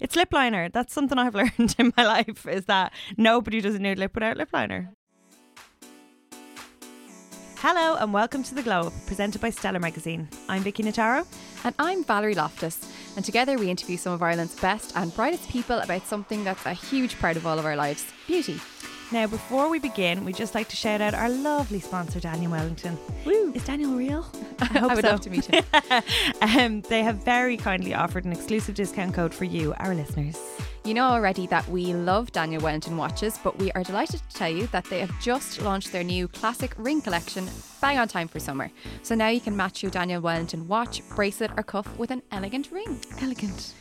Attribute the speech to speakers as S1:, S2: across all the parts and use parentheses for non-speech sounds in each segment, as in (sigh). S1: It's lip liner. That's something I've (laughs) learned in my life is that nobody does a nude lip without lip liner. Hello and welcome to The Glow Up, presented by Stellar Magazine. I'm Vicky Nataro.
S2: And I'm Valerie Loftus, and together we interview some of Ireland's best and brightest people about something that's a huge part of all of our lives beauty.
S1: Now, before we begin, we'd just like to shout out our lovely sponsor, Daniel Wellington.
S2: Woo.
S1: Is Daniel
S2: (laughs)
S1: real?
S2: I would love to meet him.
S1: um, they have very kindly offered an exclusive discount code for you, our listeners.
S2: You know already that we love Daniel Wellington watches, but we are delighted to tell you that they have just launched their new classic ring collection, bang on time for summer. So now you can match your Daniel Wellington watch, bracelet, or cuff with an elegant ring.
S1: Elegant.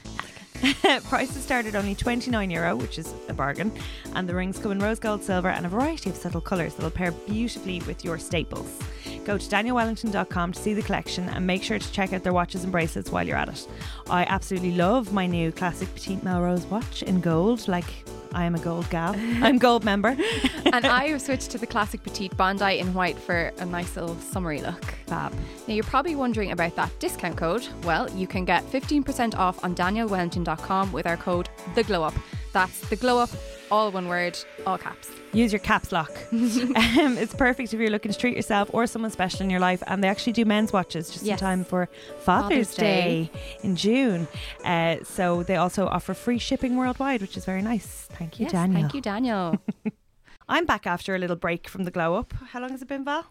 S1: (laughs) Prices start at only 29 euro, which is a bargain, and the rings come in rose gold, silver, and a variety of subtle colours that'll pair beautifully with your staples. Go to danielwellington.com to see the collection and make sure to check out their watches and bracelets while you're at it. I absolutely love my new classic petite Melrose watch in gold, like I am a gold gal. I'm gold member.
S2: and I have switched to the classic petite Bondi in white for a nice little summery look.
S1: Fab.
S2: Now, you're probably wondering about that discount code. Well, you can get 15% off on danielwellington.com with our code THEGLOWUP. That's the glow up, all one word, all caps.
S1: Use your caps
S2: (laughs)
S1: lock. um, it's perfect if you're looking to treat yourself or someone special in your life. And they actually do men's watches just
S2: Yes.
S1: in time for Father's,
S2: Father's Day.
S1: Day. in June. Uh, so they also offer free shipping worldwide, which is very nice. Thank you,
S2: Yes,
S1: Daniel.
S2: Thank you, Daniel.
S1: (laughs) I'm back after a little break from the glow up. How long has it been, Val?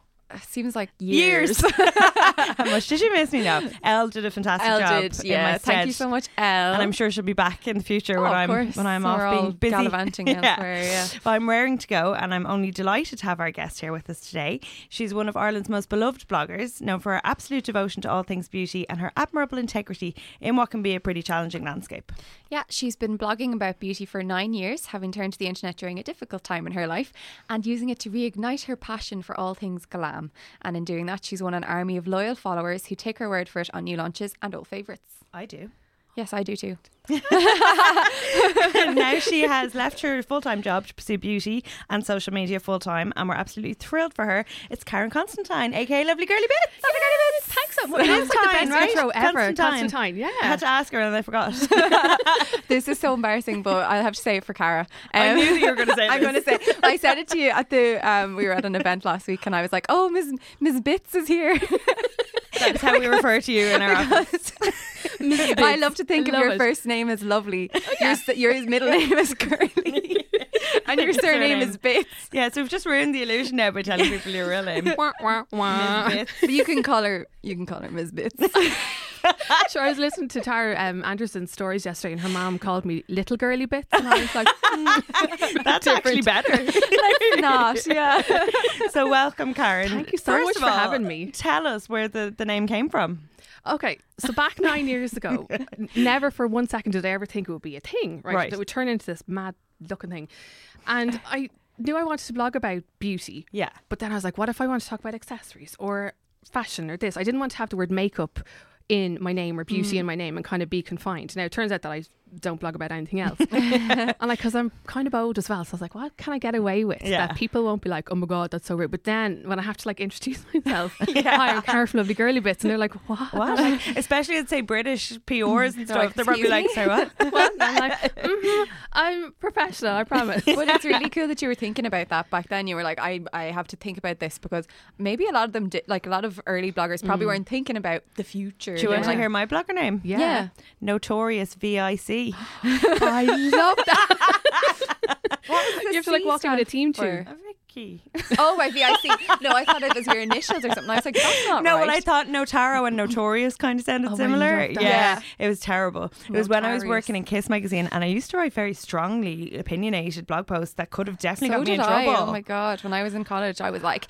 S2: Seems like years.
S1: (laughs) How much did you miss me now? Elle did a fantastic
S2: Elle
S1: job.
S2: did,
S1: in my
S2: yeah. Thank you
S1: stead.
S2: so much, Elle.
S1: And I'm sure she'll be back in the future when
S2: Oh, of
S1: I'm
S2: course.
S1: when I'm
S2: We're
S1: off
S2: all
S1: being busy (laughs)
S2: gallivanting elsewhere, yeah.
S1: Well, I'm raring to go, and I'm only delighted to have our guest here with us today. She's one of Ireland's most beloved bloggers, known for her absolute devotion to all things beauty and her admirable integrity in what can be a pretty challenging landscape.
S2: Yeah, she's been blogging about beauty for nine years, having turned to the internet during a difficult time in her life and using it to reignite her passion for all things glam. And in doing that, she's won an army of loyal followers who take her word for it on new launches and old favourites.
S1: I do.
S2: Yes, I do too.
S1: (laughs) And (laughs) now she has left her full time job to pursue beauty and social media full time, and we're absolutely thrilled for her. It's Karen Constantine, aka Lovely Girly Bits. Lovely Girly Bits.
S3: Thanks so much.
S1: Constantine,
S3: That's like the best
S1: right?
S3: intro ever.
S1: Constantine.
S3: Constantine, yeah.
S1: I had to ask her and I forgot.
S2: This is so embarrassing, but I'll have to say it for Cara.
S1: (laughs) I
S2: Um,
S1: knew that you were going to (laughs) say
S2: I'm
S1: this.
S2: going to say I said it to you at the um, we were at an event last week and I was like, "Oh, Ms. Ms. Bits
S1: (laughs)
S2: is here."
S1: That's how we refer to you in (laughs) our office.
S2: I love to think of
S3: Love
S2: your
S3: it.
S2: first name is lovely.
S1: Oh,
S2: Your s Your, middle name is
S1: (laughs)
S2: Curly. and your surname is Bits.
S1: Yeah, so we've just ruined the illusion now by telling people your real
S3: (laughs)
S1: name.
S3: Wah, wah, wah.
S1: Bits.
S2: But you can call her you can call her Ms.
S1: (laughs)
S2: Bits.
S3: Sure, I was listening to Tara um, Anderson's stories yesterday, and her mom called me little girly bits, and I
S1: (laughs)
S3: was like,
S1: That's actually better.
S3: (laughs)
S2: Not, yeah.
S1: so welcome, Karen.
S3: Thank you so
S1: First
S3: much
S1: of
S3: for
S1: all,
S3: having me.
S1: Tell us where the, the name came from.
S3: Okay, so back nine years ago, n- never for one second did I ever think it would be a thing, right?
S1: Right.
S3: That would turn into this mad looking thing. And I knew I wanted to blog about beauty.
S1: Yeah.
S3: But then I was like, what if I want to talk about accessories or fashion or this? I didn't want to have the word makeup in my name or beauty in my name and kind of be confined. Now, it turns out that I don't blog about anything else. and like, because I'm kind of old as well. So I was like, what can I get away with?
S1: Yeah.
S3: That people won't be like, oh my God, that's so rude. But then when I have to like introduce (laughs) myself, hi, I'm Karen from Lovely Girly Bits. And they're like, what? Mm.
S1: What? Like, especially I'd say British PRs and stuff.
S2: like,
S1: They're probably
S2: "Excuse
S1: like,
S2: me?"
S1: so
S3: (laughs)
S1: what?
S3: What? (laughs) And I'm like, "Mhm, I'm professional, I
S2: (laughs)
S3: promise.
S2: But it's really cool that you were thinking about that back then. You were like, I, I have to think about this because maybe a lot of them did like a lot of early bloggers probably
S1: Mm.
S2: weren't thinking about the future.
S1: Do you want to
S3: Yeah.
S1: hear my blogger name?
S2: (laughs)
S3: Yeah.
S2: Yeah.
S1: Notorious
S3: (gasps)
S1: VIC.
S2: I
S1: (laughs)
S2: (laughs) love that.
S3: (laughs) You have to like walk out with a team too.
S1: Vicky.
S2: Oh, right, VIC. No, I thought it was your initials or something. I was like, that's not
S1: No,
S2: right.
S1: well, I thought Notaro and Notorious kind of sounded
S3: Oh, I
S1: similar.
S3: love that.
S1: Yeah,
S2: Yeah.
S1: it was terrible. It was when I was
S2: Notarius.
S1: working in Kiss magazine, and I used to write very strongly opinionated blog posts that could have definitely
S2: so
S1: got me
S2: did
S1: in
S2: I.
S1: trouble.
S2: Oh my god! When I was in college, I was like,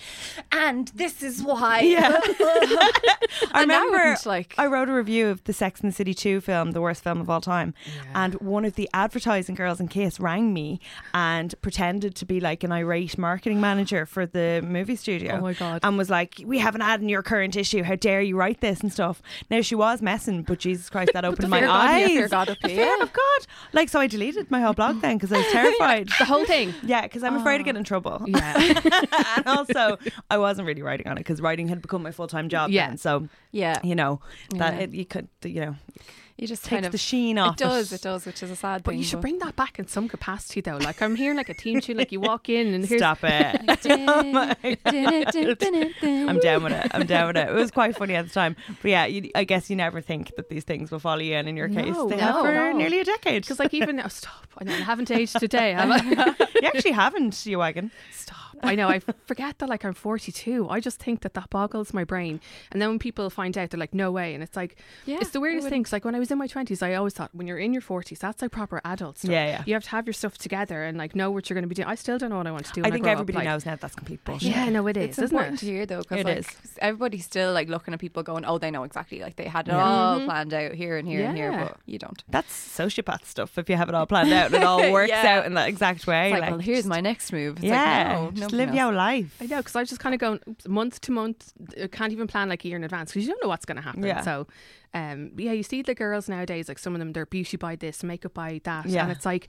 S2: "And this is why."
S1: Yeah. I
S2: (laughs) And I
S1: remember
S2: wouldn't, like-
S1: I wrote a review of the Sex and the City 2 film, the worst film of all time. And one of the advertising girls in Kiss rang me and pretended to be like an irate marketing manager for the movie studio.
S3: Oh my God.
S1: And was like, We have an ad in your current issue. How dare you write this and stuff. Now she was messing, but Jesus Christ, that opened my
S2: fear of God, yeah,
S1: eyes.
S2: fear of God up
S1: The
S2: here,
S1: fear
S2: yeah.
S1: of God. Like, so I deleted my whole blog then
S2: (laughs)
S1: because I was terrified.
S3: The
S1: (laughs)
S3: whole thing.
S1: Yeah, because I'm afraid of
S2: Oh.
S1: getting in trouble. (laughs)
S3: Yeah.
S1: and also, I wasn't really writing on it because writing had become my full time job.
S3: Yeah.
S1: Then, so
S2: yeah,
S1: you know that
S2: Yeah.
S1: it, you could, you know,
S2: You just
S1: Takes
S2: kind of
S1: the sheen off.
S2: It does, it does, which is a sad
S3: But
S2: thing.
S3: you should (laughs) bring that back in some capacity, though. Like I'm hearing like a team tune, like you walk in and here's
S1: Stop it. (laughs) Oh I'm down with it. I'm down with it. It was quite funny at the time. But yeah, you, I guess you never think that these things will follow you. And in your case,
S3: No,
S1: they have
S2: no,
S1: for
S3: no.
S1: nearly a decade. (laughs)
S3: because like even oh, stop. I, know, I haven't aged today. have I?
S1: you actually haven't, you wagon.
S3: (laughs) stop. I know. I forget that like I'm 42. I just think that that boggles my brain. And then when people find out, they're like, no way. And it's like,
S2: Yeah,
S3: it's the
S2: I
S3: weirdest thing.
S2: wouldn't.
S3: 'cause, like when I was in my 20s, I always thought when you're in your 40s, that's like proper adult stuff.
S1: Yeah, yeah.
S3: You have to have your stuff together and like know what you're going to be doing. I still don't know what I want to do.
S1: I
S3: when
S1: think
S3: grow up,
S1: everybody
S3: like-
S1: knows now that's complete bullshit.
S3: Yeah, no, it is,
S2: It's
S3: isn't
S2: important
S3: it?
S2: to hear though, because
S1: It
S2: like,
S1: is.
S2: everybody's still like looking at people going, "Oh, they know exactly. Like they had it
S1: Yeah.
S2: all planned out here and here and here,"
S3: Yeah.
S2: but you don't.
S1: That's sociopath stuff if you have it all planned out and it all works
S2: Yeah.
S1: out in that exact way.
S2: It's like, well, here's
S1: just-
S2: my next move. It's
S1: yeah,
S2: like, no,
S1: just
S2: nobody
S1: live
S2: knows.
S1: your life.
S3: I know because I was just kind of going oops, month to month. I can't even plan like a year in advance because you don't know what's going to happen.
S1: Yeah.
S3: So, um, yeah, you see the girls nowadays, like some of them, they're beauty by this, makeup by that,
S1: Yeah.
S3: and it's like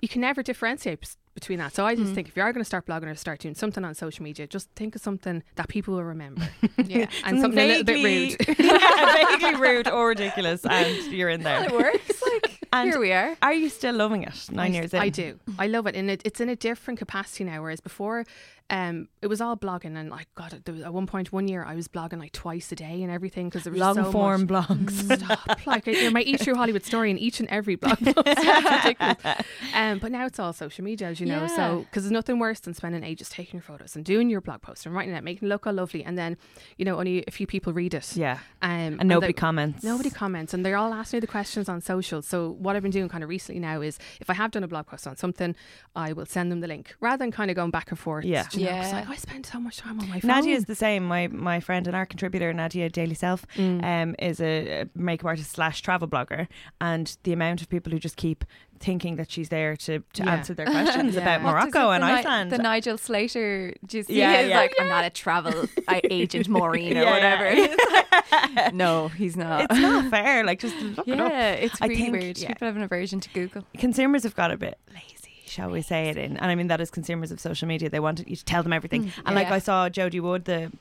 S3: you can never differentiate bes- between that. So I
S1: Mm.
S3: just think if you are going to start blogging or start doing something on social media, just think of something that people will
S1: (laughs)
S3: remember
S2: (laughs) Yeah.
S3: and something a little bit
S1: Vaguely-
S3: rude.
S1: yeah, vaguely rude or ridiculous, and you're in
S2: Well,
S1: there.
S3: (laughs)
S2: it works. Like
S1: And-
S2: here we are.
S1: Are you still loving it (laughs) nine
S3: I,
S1: years in?
S3: I do. I love it, and it, it's in a different capacity now. Whereas before, um, it was all blogging, and like God, there was at one point one year I was blogging like twice a day and everything because there was
S1: Long
S3: so much. Mm.
S1: form blogs.
S3: Stop. Like, you're my Eat True Hollywood story in each and every blog (laughs) post. It's ridiculous. Um, but now it's all social media, as you know. So,
S2: Yeah.
S3: because there's nothing worse than spending ages taking your photos and doing your blog posts and writing it, making it look all lovely. And then, you know, only a few people read it.
S1: Yeah.
S3: Um,
S1: And nobody
S3: they-
S1: comments.
S3: Nobody comments, and they're all asking me the questions on social. So what I've been doing kind of recently now is, if I have done a blog post on something, I will send them the link rather than kind of going back and forth.
S1: Yeah.
S3: you know, 'cause,
S2: Yeah.
S3: like, "Oh, I spend so much time on my phone.
S1: Nadia is the same. My my friend and our contributor Nadia Daily Self
S3: Mm.
S1: um, is a a makeup artist slash travel blogger, and the amount of people who just keep thinking that she's there to, to
S3: Yeah. (laughs)
S1: answer their questions
S3: Yeah.
S1: about
S3: What
S2: What is
S1: Morocco
S2: it,
S1: and
S2: the Ni-
S1: Iceland.
S2: the Nigel Slater, do you see?
S1: Yeah,
S2: Yeah, he's
S1: yeah.
S2: like, I'm not a travel I, agent, Maureen, or
S1: Yeah,
S2: whatever.
S1: yeah.
S2: It's like, (laughs) no, he's not.
S1: it's not fair. Like just look it up.
S2: yeah,
S1: (laughs)
S2: it's
S1: I
S2: really
S1: think-
S2: weird.
S1: yeah.
S2: People have an aversion to Google.
S1: consumers have got a bit lazy, shall we say it in? And I mean that is consumers of social media. They wanted you to tell them everything. and like
S2: Mm, yeah.
S1: I saw Jodie Wood, the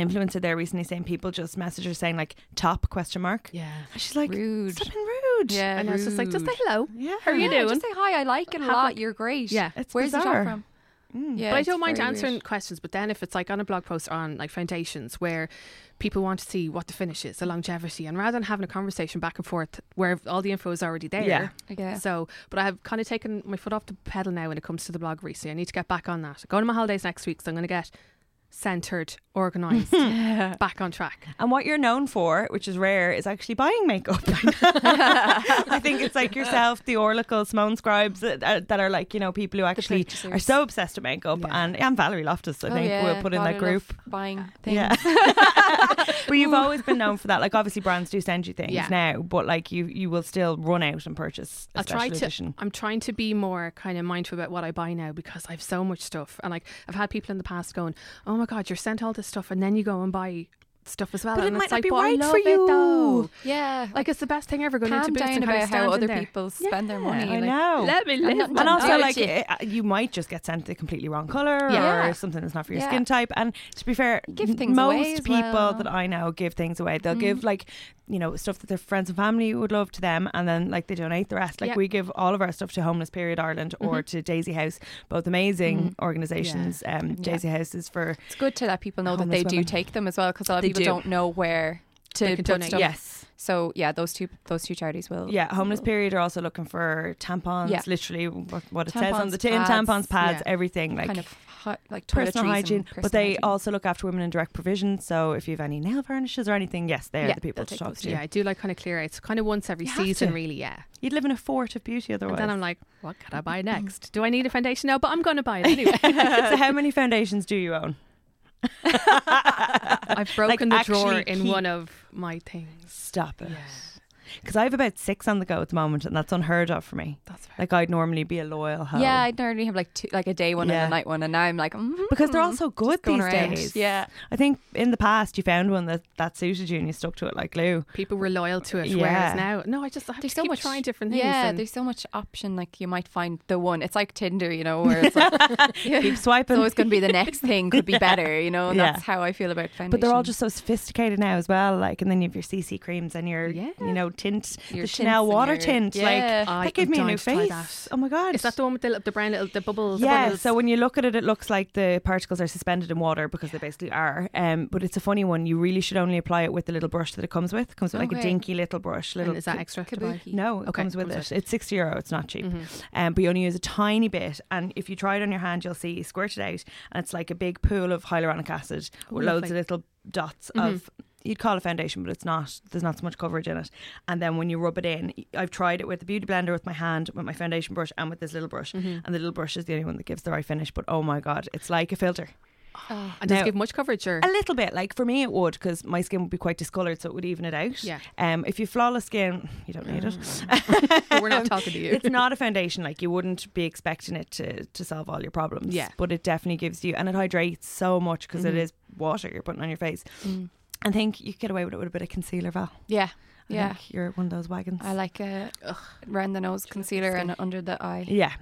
S1: influencer there recently, saying people just message her saying like top question mark.
S3: yeah.
S1: And she's like
S2: Rude.
S1: "Stop being rude.
S2: Yeah,
S3: And I was just like, just say
S2: rude.
S3: hello.
S1: Yeah.
S3: How are you
S2: Yeah,
S3: doing?
S2: Just say hi. I like it a
S3: Have
S2: lot.
S3: a-
S2: You're great.
S3: Yeah.
S1: It's
S2: Where's the
S1: bizarre. Hmm. Mm.
S2: shot from? Yeah,
S3: but I
S2: it's
S3: don't mind
S2: very
S3: answering
S2: weird.
S3: questions. But then if it's like on a blog post or on like foundations where people want to see what the finish is, the longevity, and rather than having a conversation back and forth where all the info is already there.
S1: Yeah.
S2: Yeah.
S3: (laughs) So, but I have kind of taken my foot off the pedal now when it comes to the blog recently. I need to get back on that. Going on my holidays next week, so I'm going to get centered,
S1: (laughs)
S2: (laughs)
S3: organized, back on track.
S1: And what you're known for, which is rare, is actually buying makeup. (laughs) I think it's like yourself, the Oracle, Simone Scribes, uh, uh, that are like, you know, people who actually
S2: purchasers.
S1: are so obsessed with makeup.
S3: Yeah.
S1: And, and Valerie Loftus, I
S2: Oh,
S1: think,
S2: yeah,
S1: we'll put in
S2: God,
S1: that
S2: I
S1: group.
S2: love buying things.
S1: (laughs)
S2: (laughs)
S1: but you've always been known for that. Like obviously brands do send you things
S3: Yeah.
S1: now, but like you you will still run out and purchase a
S3: I
S1: special
S3: try to.
S1: edition.
S3: I'm trying to be more kind of mindful about what I buy now because I have so much stuff, and like I've had people in the past going, "Oh my God, you're sent all this stuff, and then you go and buy stuff as well."
S1: But it
S3: and
S1: might
S3: it's
S1: not
S3: like,
S1: be
S3: but I
S1: right
S3: love
S1: for
S3: it
S1: you.
S3: though.
S2: Yeah.
S3: Like it's the best thing ever. Going
S2: calm
S3: into Boots
S2: down
S3: and kind
S2: about
S3: of
S2: how
S3: standing
S2: other
S3: there.
S2: people spend their money.
S1: I
S2: like-
S1: know.
S3: Let me live.
S2: not
S3: my
S1: and also,
S2: judge
S1: like,
S2: it.
S1: it- uh, you might just get sent the completely wrong color
S2: Yeah.
S1: or something that's not for your
S2: Yeah.
S1: skin type. And to be fair,
S2: Give
S1: n-
S2: things
S1: most
S2: away as
S1: people
S2: well. Mm-hmm.
S1: that I know give things away. They'll give, like, you know, stuff that their friends and family would love to them, and then, like, they donate the rest. Like,
S3: Yeah.
S1: we give all of our stuff to Homeless Period Ireland or
S2: Mm-hmm.
S1: to Daisy House, both amazing organizations. Um, Daisy House is for.
S2: It's good to let people know that
S1: Homeless
S2: they do
S1: women.
S2: take them as well because a lot of
S1: They
S2: people
S1: do.
S2: do. not know where to
S3: They can
S2: put
S3: donate.
S2: stuff.
S1: Yes.
S2: So yeah, those two those two charities will.
S1: Yeah, homeless period are also looking for tampons.
S2: Yeah.
S1: Literally, what, what it says on
S2: Tampons,
S1: the tin:
S2: pads,
S1: tampons, pads,
S3: yeah.
S1: everything like
S2: kind of hi- like
S1: personal
S2: toiletries and
S1: hygiene.
S2: personal
S1: but they
S2: hygiene.
S1: also look after women in direct provision. So if you have any nail varnishes or anything, yes, they're
S2: Yeah,
S1: the people
S2: they'll
S1: to
S2: take
S1: talk
S2: those
S1: to.
S3: Yeah, I do like kind of clear outs, kind of once every
S1: You have
S3: season,
S1: to.
S3: really. Yeah.
S1: You'd live in a fort of beauty
S3: And
S1: otherwise.
S3: then I'm
S2: (laughs)
S3: like, what can I buy next? Do I need a foundation? No, but I'm going to buy it anyway.
S1: (laughs) so how many foundations do you
S2: (laughs)
S1: own?
S3: I've broken
S1: Like,
S3: the drawer
S1: actually
S3: in
S1: keep-
S3: one of my things.
S1: (laughs) Stop it.
S3: Yeah.
S1: Because I have about six on the go at the moment, and that's unheard of for me.
S3: That's fair.
S1: Like I'd normally be a loyal hoe.
S2: Yeah, I'd normally have like two, like a day one
S1: Oh. Yeah.
S2: and a night one, and now I'm like mm,
S1: Because they're all so good
S2: going
S1: these
S2: around.
S1: days.
S2: Yeah.
S1: I think in the past you found one that that suited you and you stuck to it like glue.
S3: People were loyal to it,
S1: Yeah.
S3: whereas now, no, I just I have
S2: There's
S3: to
S2: so
S3: keep
S2: much
S3: trying different things.
S2: Yeah,
S3: and-
S2: there's so much option. Like you might find the one. It's like Tinder, you know,
S1: (laughs)
S2: where it's, like, yeah,
S1: Keep
S2: it's
S1: swiping.
S2: always going to be the next thing could be better, you know. And
S1: Yeah.
S2: That's how I feel about foundation.
S1: But they're all just so sophisticated now as well. Like, and then you have your CC creams and your,
S3: Yeah.
S1: you know, tint, the
S2: Your tints
S1: Chanel
S2: and
S1: water
S2: your-
S1: tint.
S2: Yeah.
S1: Like
S3: I
S1: that gave
S3: am
S1: me a new
S3: dying to try
S1: face.
S3: that.
S1: Oh my god!
S3: Is that the one with the, li- the brown little the bubbles?
S1: yeah,
S3: bubbles?
S1: so when you look at it, it looks like the particles are suspended in water because they basically are. Um, but it's a funny one. You really should only apply it with the little brush that it comes with. It comes with like
S2: Okay.
S1: a dinky little brush. Little
S3: and is that extra? to buy?
S2: Kabuki.
S1: no, it
S3: Okay,
S1: comes with
S3: comes
S1: it. It's sixty euro. It's not cheap,
S3: Mm-hmm.
S1: um, but you only use a tiny bit. And if you try it on your hand, you'll see you squirt it out, and it's like a big pool of hyaluronic acid with loads
S3: Oh, lovely. Mm-hmm.
S1: of little dots of. You'd call it foundation, but it's not. There's not so much coverage in it. And then when you rub it in, I've tried it with the beauty blender, with my hand, with my foundation brush, and with this little brush.
S3: Mm-hmm.
S1: And the little brush is the only one that gives the right finish. But oh my god, it's like a filter.
S3: Oh, And does
S1: No.
S3: it give much coverage or
S1: A little bit, like for me, it would because my skin would be quite discoloured, so it would even it out.
S3: Yeah.
S1: Um, if you flawless skin, you don't need
S3: (laughs)
S1: it. (laughs)
S3: we're not talking to you.
S1: It's not a foundation. Like you wouldn't be expecting it to, to solve all your problems.
S3: Yeah.
S1: But it definitely gives you, and it hydrates so much because
S3: Mhm.
S1: is water you're putting on your face.
S2: Mm.
S1: I think you get away with it with a bit of concealer, Val.
S2: Yeah.
S1: I
S2: Yeah.
S1: think you're one of those wagons.
S2: I like a
S3: Ugh.
S2: round the nose concealer and under the eye.
S1: yeah.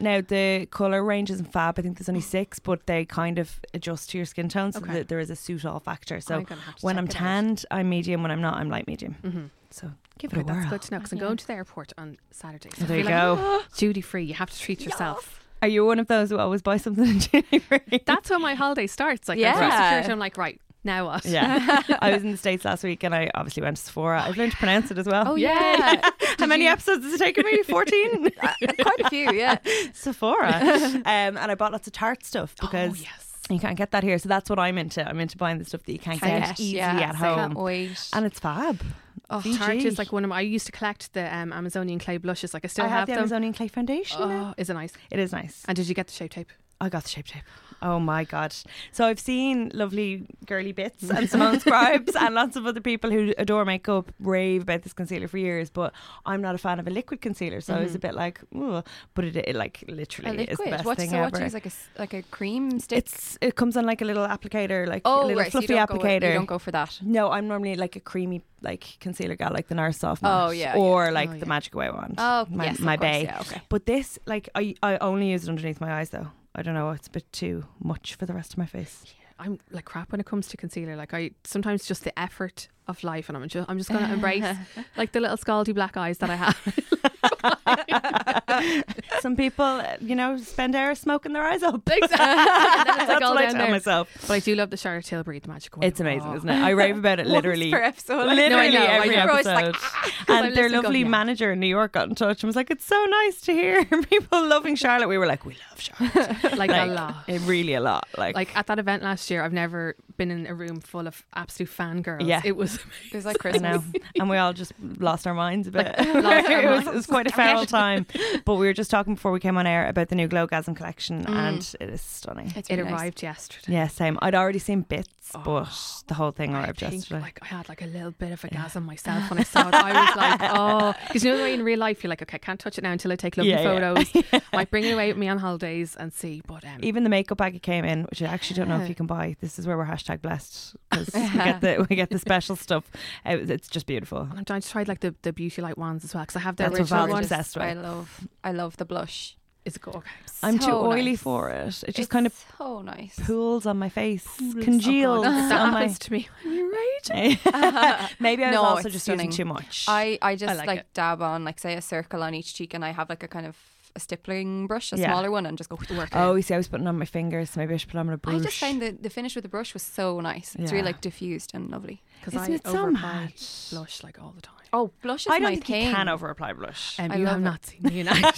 S1: Now the color range isn't fab. I think there's only six, but they kind of adjust to your skin tone, so
S3: Okay.
S1: that there is a suit all factor. So
S3: I'm gonna have to
S1: when
S3: check
S1: I'm
S3: it out.
S1: tanned, I'm medium. When I'm not, I'm light medium.
S3: Mhm.
S1: So give it
S3: Okay,
S1: a
S3: that's
S1: whirl.
S3: good to know because I'm going to the airport on Saturday. So
S1: There
S3: I
S1: you
S3: feel
S1: go.
S3: (laughs) like, Duty free. You have to treat yourself.
S1: Are you one of those who always buy something in (laughs) January?
S3: That's
S1: (laughs)
S3: when my holiday starts. Like I'm through
S2: Yeah.
S3: security, I'm like, right now what?
S1: Yeah. I was in the States last week and I obviously went to Sephora. I've learned to pronounce it as well.
S2: Oh yeah.
S1: (laughs) How many episodes has it taken me? Uh, 14?
S2: Quite a
S1: (laughs)
S2: few, yeah.
S1: Sephora. Um, and I bought lots of Tarte stuff
S3: Oh,
S1: because
S3: yes.
S1: you can't get that here. So that's what I'm into. I'm into buying the stuff that you can't
S2: Can't
S1: get
S2: get,
S1: easily
S2: yeah,
S1: at
S2: so- Can't
S1: home.
S2: wait.
S1: And it's fab.
S2: Oh,
S1: Fiji.
S3: Tarte is like one of my. I used to collect the um, Amazonian clay blushes. Like I still
S1: I have
S3: have,
S1: the
S3: them.
S1: Amazonian clay foundation. now.
S3: Oh, is it nice?
S1: It is nice.
S3: And did you get the shape tape?
S1: I got the shape tape. Oh my god! So I've seen lovely girly bits
S2: (laughs)
S1: and Simone Scribes and lots of other people who adore makeup rave about this concealer for years, but I'm not a fan of a liquid concealer, so I was a bit like, Ugh. but it, it like literally
S2: Mm-hmm. a
S1: is the
S2: liquid.
S1: best
S2: What's
S1: thing
S2: so
S1: ever.
S2: what do you use like a s- like a cream stick?
S1: it's it comes on like a little applicator, like a
S2: oh,
S1: little
S2: right, so
S1: fluffy
S2: you don't go with-
S1: applicator.
S2: you don't go
S1: (laughs)
S2: for that.
S1: no, I'm normally like a creamy like concealer guy, like the NARS Soft
S2: Oh,
S1: Matte
S2: yeah,
S1: or like
S3: Oh,
S1: the
S3: yeah.
S1: Magic Away wand.
S2: Oh,
S1: my,
S2: yes, of
S1: my
S2: course,
S1: bae.
S2: yeah, okay.
S1: But this, like, I I only use it underneath my eyes though. I don't know, it's a bit too much for the rest of my face.
S3: I'm like crap when it comes to concealer. Like I sometimes just the effort of life, and I'm just I'm just gonna embrace
S1: (laughs)
S3: like the little scaldy black eyes that I have.
S1: (laughs) Some people, uh, you know, spend hours smoking their eyes up. (laughs)
S3: That's
S1: That's what I tell myself.
S3: But I do love the Charlotte Tilbury the magic one.
S1: It's amazing, isn't it? I rave about (laughs) it (laughs) literally.
S2: Once per
S1: (laughs)
S2: episode.
S1: Literally
S3: No, I know, I
S1: every
S3: know.
S2: Everyone's like,
S1: episode.
S3: I'm
S1: "Ah." and their
S3: listening,
S1: lovely
S3: going, yeah.
S1: manager in New York got in touch and was like, It's so nice to hear (laughs) people loving Charlotte. We were like, We love
S3: (laughs)
S1: Charlotte. Like,
S3: Like, a lot.
S1: It really a lot. Like,
S3: Like at that event last year, I've never been in a room full of absolute fangirls.
S1: Yeah.
S3: It was
S2: It was like
S1: I know.
S2: Christmas.
S1: And we all just lost our minds a bit.
S3: lost our
S1: (laughs) it, was,
S3: minds.
S1: it was quite a
S3: (laughs)
S1: feral time. But we were just talking before we came on air about the new Glowgasm collection
S3: Mm.
S1: and it is stunning.
S2: It's
S3: it
S2: really nice.
S3: arrived yesterday.
S1: Yeah, same. I'd already seen bits,
S3: Oh.
S1: but the whole thing
S3: I
S1: arrived
S3: think,
S1: yesterday.
S3: like I had like a little bit of a gasm myself when I saw it. I
S1: (laughs)
S3: was like, oh, because you know the way in real life you're like, okay, I can't touch it now until I take lovely
S1: Yeah, (laughs) yeah.
S3: photos. Might bring it away with me on holidays and see. But um,
S1: Even the makeup bag it came in, which I actually don't know if you can buy. This is where we're hashtag blessed because we
S3: (laughs)
S1: get the we get the special stuff. Uh, It's just beautiful.
S3: And I'm trying to try like the, the beauty light ones as well because I have the
S1: That's what
S3: original
S1: Val's
S3: one.
S1: obsessed with.
S2: I love, I love the blush.
S3: It's good. Okay.
S1: I'm too
S2: So
S1: oily
S2: nice.
S1: for it. It just
S2: it's
S1: kind of
S2: so nice.
S1: pools on my face,
S3: Oh,
S1: congeals (laughs)
S3: (laughs) God. If That
S1: on my.
S3: happens to me. You're (laughs) right.
S1: (laughs) Maybe I was
S2: No,
S1: also
S2: it's
S1: just
S2: stunning.
S1: using too much.
S2: I, I just
S3: like
S2: like,
S3: it.
S2: dab on like say a circle on each cheek, and I have like a kind of a stippling brush, a
S1: Yeah.
S2: smaller one, and just go work.
S1: oh, you see, I was putting on my fingers. Maybe I should put on a brush.
S2: I just found the, the finish with the brush was so nice. It's
S1: Yeah.
S2: really like diffused and lovely.
S3: Because
S1: Isn't
S3: I
S1: it so
S3: overbuy
S1: mad?
S3: blush like all the time.
S2: Oh, blush is
S1: I don't
S2: my
S1: think
S2: thing.
S1: you can over apply blush.
S3: Um,
S2: I
S3: you
S2: love
S3: have
S2: it.
S3: not seen
S1: (laughs)
S3: me in action.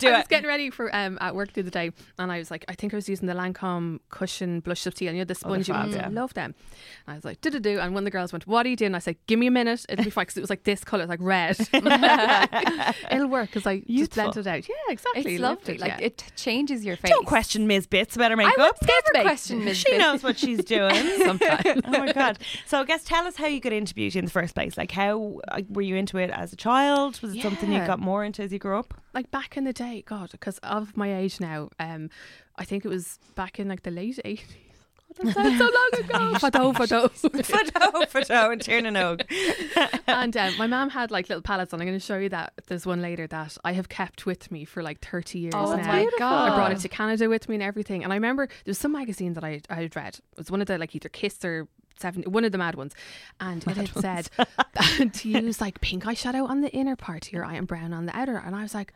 S1: Do
S3: I
S1: it.
S3: was
S1: (laughs)
S3: getting ready for um, at work the other day, and I was like, I think I was using the Lancome cushion blush subtil, and you know Oh, the
S1: they're
S3: spongy
S1: fab,
S3: ones.
S1: yeah.
S3: I love them. And I was like, do do do. And one of the girls went, "What are you doing?" I said, "Give me a minute. It'll be fine." Because it was like this color, like (laughs) red. It'll work because I just
S1: Youthful.
S3: blended it out. Yeah, exactly.
S2: It's
S3: Loved
S2: lovely.
S3: it,
S2: Like
S3: yeah.
S2: it changes your face.
S1: Don't question Ms. Bits about her makeup.
S2: would
S1: Get
S2: never
S1: me. (laughs)
S2: question Ms.
S1: She
S2: Bitts. (laughs)
S1: knows what she's doing.
S3: sometimes.
S1: oh my god! So I guess tell us how you got into beauty in the first place. Like, how uh, were you into it as a child? Was it something you
S3: Yeah.
S1: got more into as you grew up?
S3: like back in the day, God, because of my age now, um, I think it was back in like the late eighties. (laughs) That sounds so long ago. Fado, fado.
S1: (laughs) Fado, fado, and Tiernanog.
S3: and um, my mum had like little palettes, and I'm going to show you that there's one later that I have kept with me for like 30 years
S2: Oh
S3: now.
S2: my god!
S3: I brought
S1: Ah.
S3: it to Canada with me and everything. And I remember there was some magazine that I I had read. It was one of the like either Kiss or seventy one of the mad ones, and it had
S1: (laughs)
S3: said (laughs) to use like pink eyeshadow on the inner part of your eye and brown on the outer, and I was like.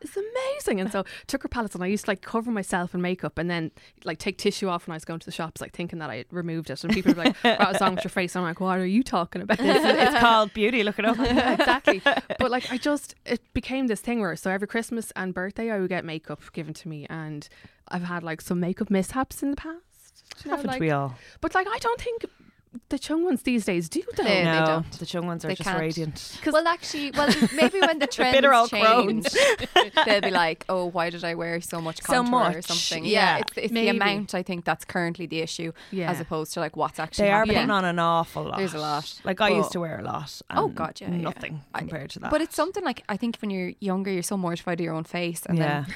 S3: this is amazing,
S1: (laughs)
S3: and so took her palettes, and I used to like cover myself in makeup, and then like take tissue off when I was going to the shops, like thinking that I had removed it. And people were like, "That was
S1: (laughs)
S3: on with your face." And I'm like, "What are you talking about?"
S1: it's called beauty. Look it up.
S3: Yeah, (laughs)
S1: (laughs)
S3: exactly. But like, I just it became this thing where so every Christmas and birthday I would get makeup given to me, and I've had like some makeup mishaps in the past. you know,
S1: Haven't
S3: like-
S1: we all?
S3: But like, I don't think the young ones these days do though.
S2: They-
S1: no,
S2: don't.
S1: the young ones are
S2: They
S1: just
S2: can't.
S1: radiant.
S2: (laughs) Well, actually, well, maybe when the trends
S1: bitter old grown.
S2: change, they'll be like, "Oh, why did I wear so much
S1: So
S2: contour or
S1: much,
S2: something?"
S1: yeah,
S2: it's, it's the
S3: maybe.
S2: amount I think that's currently the issue,
S3: Yeah.
S2: as opposed to like what's actually
S1: They are
S2: happening.
S1: putting on an awful lot.
S2: There's a lot,
S1: Like I used
S2: but-
S1: to wear a lot.
S2: Oh,
S1: and
S2: God, yeah, yeah.
S1: nothing compared to that.
S2: But it's something like I think when you're younger, you're so mortified of your own face, and
S1: yeah.
S2: then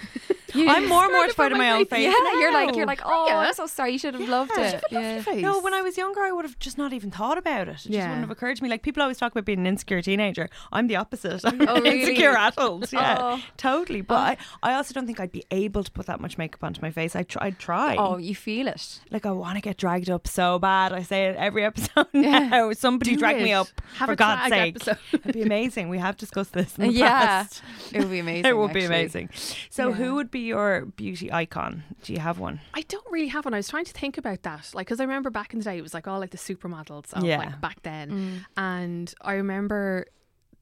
S2: you-
S1: I'm more
S2: Sorry
S1: mortified of
S2: about
S1: my own face.
S2: (laughs) Yeah, you're like you're
S1: now.
S2: like, oh,
S3: Yeah.
S2: I'm so sorry. You should have loved
S3: Yeah,
S2: it.
S3: you have a
S2: Yeah.
S3: lovely face.
S1: No, when I was younger, I would have just not even thought about it. It just
S3: Yeah.
S1: wouldn't have occurred to me. Like people always talk about being an insecure teenager. I'm the opposite. (laughs) I'm
S2: Oh,
S1: an
S2: really?
S1: insecure
S2: (laughs)
S1: adult. Yeah,
S2: Oh.
S1: totally. But I, I also don't think I'd be able to put that much makeup onto my face. I tr- I'd try.
S2: Oh, you feel it.
S1: Like I want to get dragged up so bad. I say it every episode (laughs) now. Somebody
S3: Do
S1: drag me
S3: it.
S1: up
S3: Have
S1: for
S3: a
S1: God's
S3: drag
S1: sake.
S3: episode.
S1: (laughs) It'd be amazing. We have discussed this. In the
S2: (laughs) yeah,
S1: past.
S2: it
S3: (laughs)
S2: would be amazing.
S1: it would be
S2: actually.
S1: amazing. So,
S2: Yeah.
S1: who would be your beauty icon? Do you have one?
S3: I don't really have one. I was trying to think about that, like, because I remember back in the day, it was like all like the supermodels of
S1: Yeah.
S3: like back
S2: Mm.
S3: then, and I remember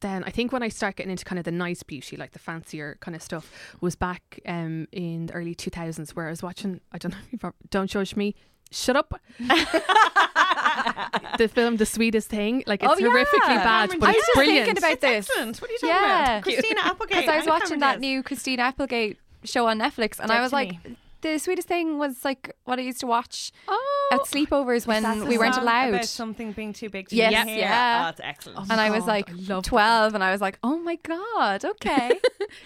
S3: then I think when I start getting into kind of the nice beauty, like the fancier kind of stuff, was back um in the early two thousands where I was watching. I don't know if you have don't judge me.
S2: (laughs)
S3: Shut up. the film The Sweetest Thing, like it's
S2: Oh, yeah.
S3: horrifically bad,
S1: Cameron
S3: but
S2: I was
S3: it's
S2: just
S3: brilliant.
S2: thinking about this.
S1: Excellent. What are you
S2: talking about? Yeah. (laughs)
S1: Christina Applegate.
S2: because I was
S1: and
S2: watching
S1: Cameron
S2: that
S1: Diaz.
S2: new Christine Applegate show on Netflix, and
S1: Dead
S2: I was
S1: to
S2: like, "Mm,
S1: me.
S2: the sweetest thing was like what I used to watch
S3: oh,
S2: at sleepovers
S3: that
S2: when
S3: the
S2: we weren't
S3: song
S2: allowed.
S1: About something being too big to
S2: Yes,
S1: be in here.
S2: yeah.
S1: Oh, that's excellent.
S2: and I was
S3: God,
S2: like
S3: I loved that.
S2: 12, and I was like, oh my God, okay.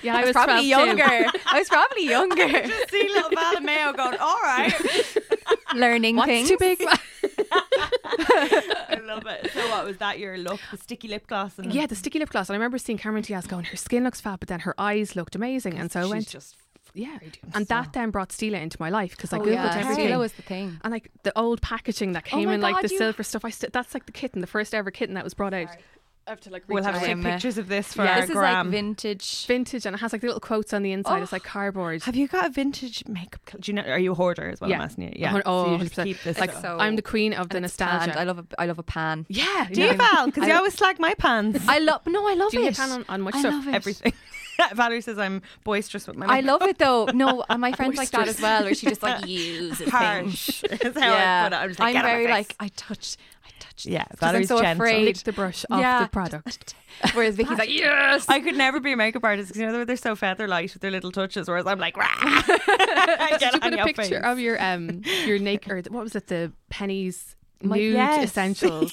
S3: yeah, (laughs) I was,
S2: probably
S3: 12 too. (laughs)
S2: younger. I was probably younger
S1: just see little
S2: (laughs)
S1: Val and Mayo going, all right.
S2: learning
S3: What's
S2: things.
S3: too big?
S1: I love it. So, what was that your look? The sticky lip gloss? And
S3: Yeah, the sticky lip gloss. And I remember seeing Cameron Diaz going, her skin looks fab, but then her eyes looked amazing. And so I
S1: she's
S3: went,
S1: just.
S3: yeah. And that then brought Stila into my life because I
S2: Oh,
S3: Googled
S2: yeah,
S3: everything.
S2: Stila was the thing.
S3: And like the old packaging that
S2: Oh
S3: came
S2: my
S3: in, like
S2: God,
S3: the
S2: you-
S3: silver stuff. I st- That's like the kitten, the first ever kitten that was brought out. I have to like
S1: We'll
S3: reach
S1: have
S3: out.
S1: to take
S2: Um,
S1: pictures of this for
S2: Yeah,
S1: our
S2: this is like
S1: gram.
S2: vintage.
S3: vintage and it has like the little quotes on the inside. It's like cardboard.
S1: have you got a vintage makeup? col- Do you know? Are you a hoarder as well?
S3: Yeah.
S1: I'm asking you. Yeah.
S3: Hun- oh,
S1: so you just
S3: 100%.
S1: keep this.
S2: Like
S1: up.
S2: so-
S3: I'm the queen of the
S2: and it's panned.
S3: nostalgia.
S2: I love a, I love a pan.
S3: yeah.
S1: Do you, Val? Because you always slag my pants.
S2: I love. No, I love
S3: Do you
S2: it.
S3: get pan on, on much
S2: I
S3: stuff?
S2: love
S1: (laughs)
S2: it.
S1: everything. (laughs) Valerie says I'm boisterous with my.
S2: I
S1: makeup.
S2: love it though. No,
S1: (laughs)
S2: and my friends like that as well, where she just like uses things.
S1: harsh. (laughs) is how I put it. I'm, just like, "Get out of
S2: I'm
S1: my
S2: very
S1: face."
S2: like I touch, I touch.
S1: Yeah,
S2: this 'cause I'm
S1: Valerie's
S2: so
S1: gentle. (laughs)
S2: afraid.
S3: Lick the brush off
S2: Yeah.
S3: the product.
S2: Whereas Vicky's like, yes.
S1: I could never be a makeup artist because you know they're, they're so featherlight with their little touches, whereas I'm like, (laughs) "Rah!" (laughs) I
S3: Did
S1: get it
S3: you
S1: on
S3: put a
S1: your
S3: picture
S1: face.
S3: of your um your naked or what was it the pennies
S1: My-
S3: nude
S1: yes.
S3: essentials?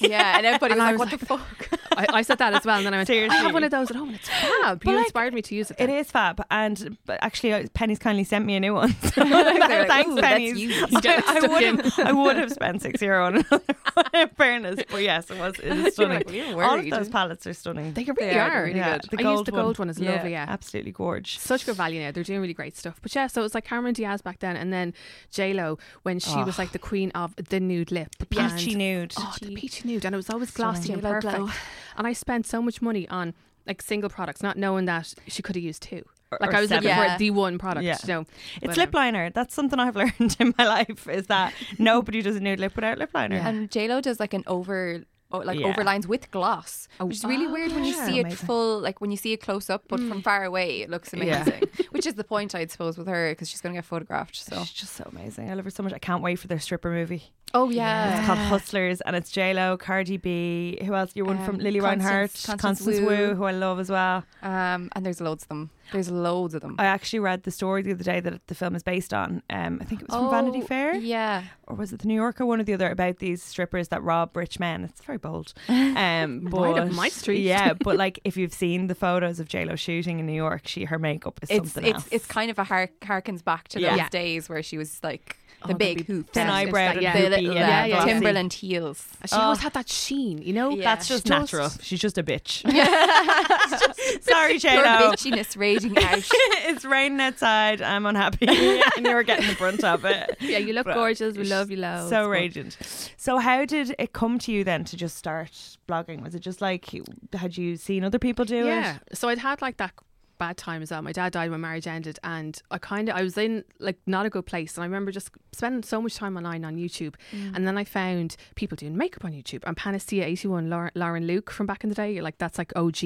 S2: (laughs) yeah, and everybody
S3: And
S2: was
S3: I
S2: like, what
S3: was
S2: the fuck?
S3: I, I said that as well, and then I went,
S1: Seriously.
S3: I have one of those at home, and it's fab. you
S1: like,
S3: inspired me to use it.
S1: It
S3: then.
S1: is fab, and but actually, uh, Penny's kindly sent me a new one. (laughs) So
S2: (laughs)
S1: thanks,
S2: "Ooh, that's
S1: (laughs) Penny's.
S2: you."
S1: I, I
S3: Stuck
S1: would
S3: in.
S1: have, I would have spent six euro on another one. (laughs) In fairness, but yes, it was, it is stunning.
S2: like, "We (laughs) were
S1: All of
S2: worried."
S1: those palettes are stunning.
S3: They really
S2: They are,
S3: are.
S2: they're really
S1: yeah,
S2: good.
S1: The
S3: I
S1: gold
S3: used the gold one. It's lovely, yeah.
S1: absolutely gorgeous.
S3: Such good value now. They're doing really great stuff. But yeah, so it's like Cameron Diaz back then, and then J Lo when she was like the queen of the nude lip, the
S1: Peachy nude.
S3: Oh, the peachy nude, and it was always glossy and
S2: J.Lo
S3: perfect.
S2: glow.
S3: And I spent so much money on like single products, not knowing that she could have used two.
S1: Or-
S3: Like
S1: or
S3: I was looking
S2: seven. Yeah.
S3: for the one product.
S1: Yeah.
S3: You know,
S1: It's
S3: But,
S1: lip
S3: um,
S1: liner. That's something I've (laughs) learned in my life is that nobody does a nude lip without lip liner.
S3: Yeah.
S2: And J Lo Um, does like an over. oh, like
S1: Yeah. ah,
S2: overlines with gloss,
S3: Oh,
S2: which is really
S3: oh,
S2: weird when you
S3: yeah.
S2: see it
S1: Amazing. Mm.
S2: full, like when you see it close up, but from far away it looks
S1: Yeah. (laughs)
S2: amazing. which is the point, I suppose, with her because she's going to get photographed. So,
S1: She's just so amazing. I love her so much. I can't wait for their stripper movie.
S2: oh yeah,
S1: It's called Hustlers and it's J Lo, Cardi B, who else? Your one from
S2: Um,
S1: Lily Reinhardt,
S2: Constance-
S1: Constance,
S2: Constance
S1: Wu.
S2: Wu.
S1: who I love as well.
S2: Um, and there's loads of them. There's loads of them.
S1: I actually read the story the other day that the film is based on. Um, I think it was from Vanity
S2: Oh,
S1: Fair,
S2: Yeah.
S1: or was it the New Yorker? One or the other about these strippers that rob rich men. It's very bold. Um, but
S3: up my street.
S1: yeah, but like if you've seen the photos of J Lo shooting in New York, she her makeup is
S2: it's
S1: something
S2: it's,
S1: else.
S2: it's kind of a har- harkens back to
S1: Yeah.
S2: thin
S3: Yeah.
S2: days where she was like the
S3: Oh,
S2: big
S3: that'd be
S2: hoops,
S1: thin
S3: Yeah.
S1: eyebrow, and
S3: Yeah.
S2: the
S1: poopy
S2: little
S1: and
S3: yeah,
S2: uh,
S3: yeah.
S1: glossy.
S2: Timberland heels.
S1: (laughs)
S2: (laughs)
S3: She always had that sheen, you know.
S2: Yeah.
S1: That's just,
S3: Just-
S1: natural. She's just a bitch.
S2: It's just
S1: (laughs) Sorry,
S2: pure
S1: Shano. (laughs)
S2: bitchiness raging out.
S1: it's raining outside. I'm unhappy, and you're getting the brunt of it.
S3: Yeah, you look
S1: But
S3: gorgeous. We love you, love.
S1: So radiant. So, how did it come to you then to just start blogging? Was it just like you- had you seen other people do
S3: yeah.
S1: it?
S3: So I'd had like that bad time as well. My dad died when marriage ended, and I kind of I was in like not a good place. And I remember just spending so much time online on YouTube,
S1: Mm.
S2: Mm.
S3: and then I found people doing makeup on YouTube. And Panacea eighty one, Lauren, Lauren Luke from back in the day, like that's like OG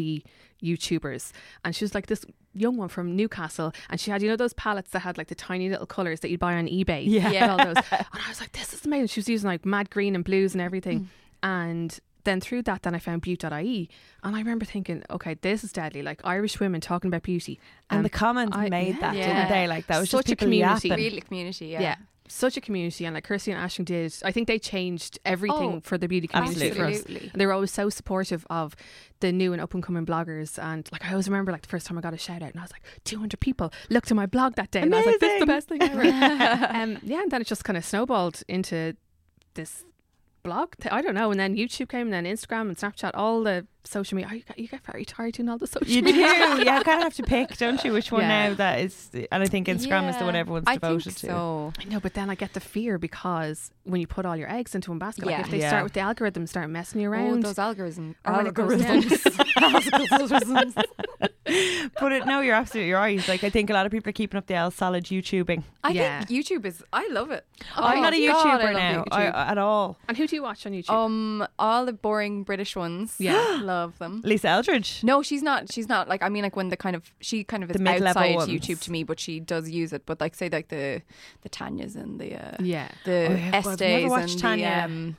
S3: YouTubers, and she was like this young one from Newcastle, and she had you know those palettes that had like the tiny little colors that you'd buy on eBay.
S1: Yeah.
S3: and all those. and I was like, this is amazing. She was using like mad green and blues and everything, and then through that, then I found beauty.ie. And I remember thinking, okay, this is deadly. Like Irish women talking about beauty.
S1: And
S3: Um,
S1: the comments
S3: I-
S1: made
S3: yeah.
S1: that,
S2: Yeah.
S1: didn't they? Like that was
S3: Such
S1: just
S3: a
S1: people
S3: community.
S1: yapping.
S2: Real community, yeah.
S3: yeah. such a community. And like Kirsty and Ashton did, I think they changed everything
S2: Oh,
S3: for the beauty community
S1: absolutely.
S3: for us. And they were always so supportive of the new and up and coming bloggers. And like, I always remember like the first time I got a shout out and I was like, 200 people looked at my blog that day. And I was like, this is the best thing ever. (laughs) um, yeah. And then it just kind of snowballed into this blog. Th- I don't know. And then YouTube came and then Instagram and Snapchat, all the social media. Oh, you, get, you get very tired doing all the (laughs) social
S1: You do,
S3: media.
S1: yeah. You kind of have to pick, don't you? Which one
S3: Yeah.
S1: now that is, and I think Instagram is the one
S2: Yeah,
S1: everyone's
S2: I
S1: devoted
S2: think
S1: to.
S2: So.
S3: I know, but then I get the fear because when you put all your eggs into one basket,
S2: Yeah.
S3: like if they
S1: Yeah.
S3: start with the algorithm, start messing you
S2: Oh,
S3: around.
S1: (laughs)
S2: those algorithm,
S3: Or when it goes down.
S2: algorithms.
S1: But it, no, you're absolutely right. Like I think a lot of people are keeping up the El Solid YouTubing.
S2: I
S3: Yeah.
S2: think YouTube is. I love it.
S1: I'm
S2: Oh,
S1: not a
S2: God, I
S1: YouTuber
S2: love
S1: now I,
S2: YouTube.
S1: at all.
S3: and who do you watch on YouTube?
S2: um, all the boring British ones.
S3: Yeah.
S2: (gasps) love them.
S1: Lisa Eldridge.
S2: No, she's not. She's not like. I mean, like when the kind of she kind of is
S1: The mid-level
S2: outside
S1: ones.
S2: YouTube to me, but she does use it. But like, say like the the Tanyas and the uh,
S3: yeah.
S2: the
S1: Oh, yeah, well, I've
S2: Estes
S1: never watched
S2: and
S1: Tanya.
S2: the um,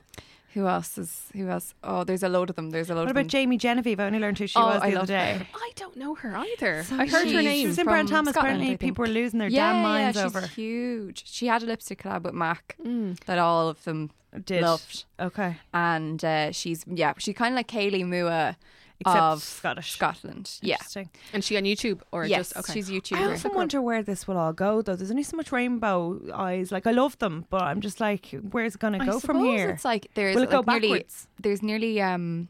S2: who else is who else? Oh, there's a load of them. There's a load
S1: What
S2: of
S1: about
S2: them.
S1: Jamie Genevieve? I only learned who she
S2: Oh,
S1: was the
S2: I
S1: other
S2: love
S1: day.
S2: her.
S3: I don't know her either.
S2: So
S3: I heard
S2: she's
S3: her
S1: She was
S3: name.
S1: in
S2: from
S1: Brand Thomas.
S2: Scotland, I
S1: Apparently,
S2: think.
S1: people were losing their damn minds
S2: yeah,
S1: over. Mm.
S2: She's huge. She had a lipstick collab with Mac that all of them
S1: Did
S2: loved,
S1: okay,
S2: and uh, she's yeah, she's kind of like Kaylee Mua
S1: except
S2: of
S1: Scottish.
S2: Scotland. Yeah,
S1: Interesting.
S3: And she on YouTube or
S2: yes,
S3: just okay.
S2: she's
S1: I
S2: YouTuber.
S1: often wonder where this will all go, though. There's only so much rainbow eyes. Like I love them, but I'm just like, where's it going to
S2: I
S1: go from
S2: suppose
S1: here?
S2: It's like there's
S1: Will it go
S2: like nearly,
S1: backwards?
S2: there's nearly um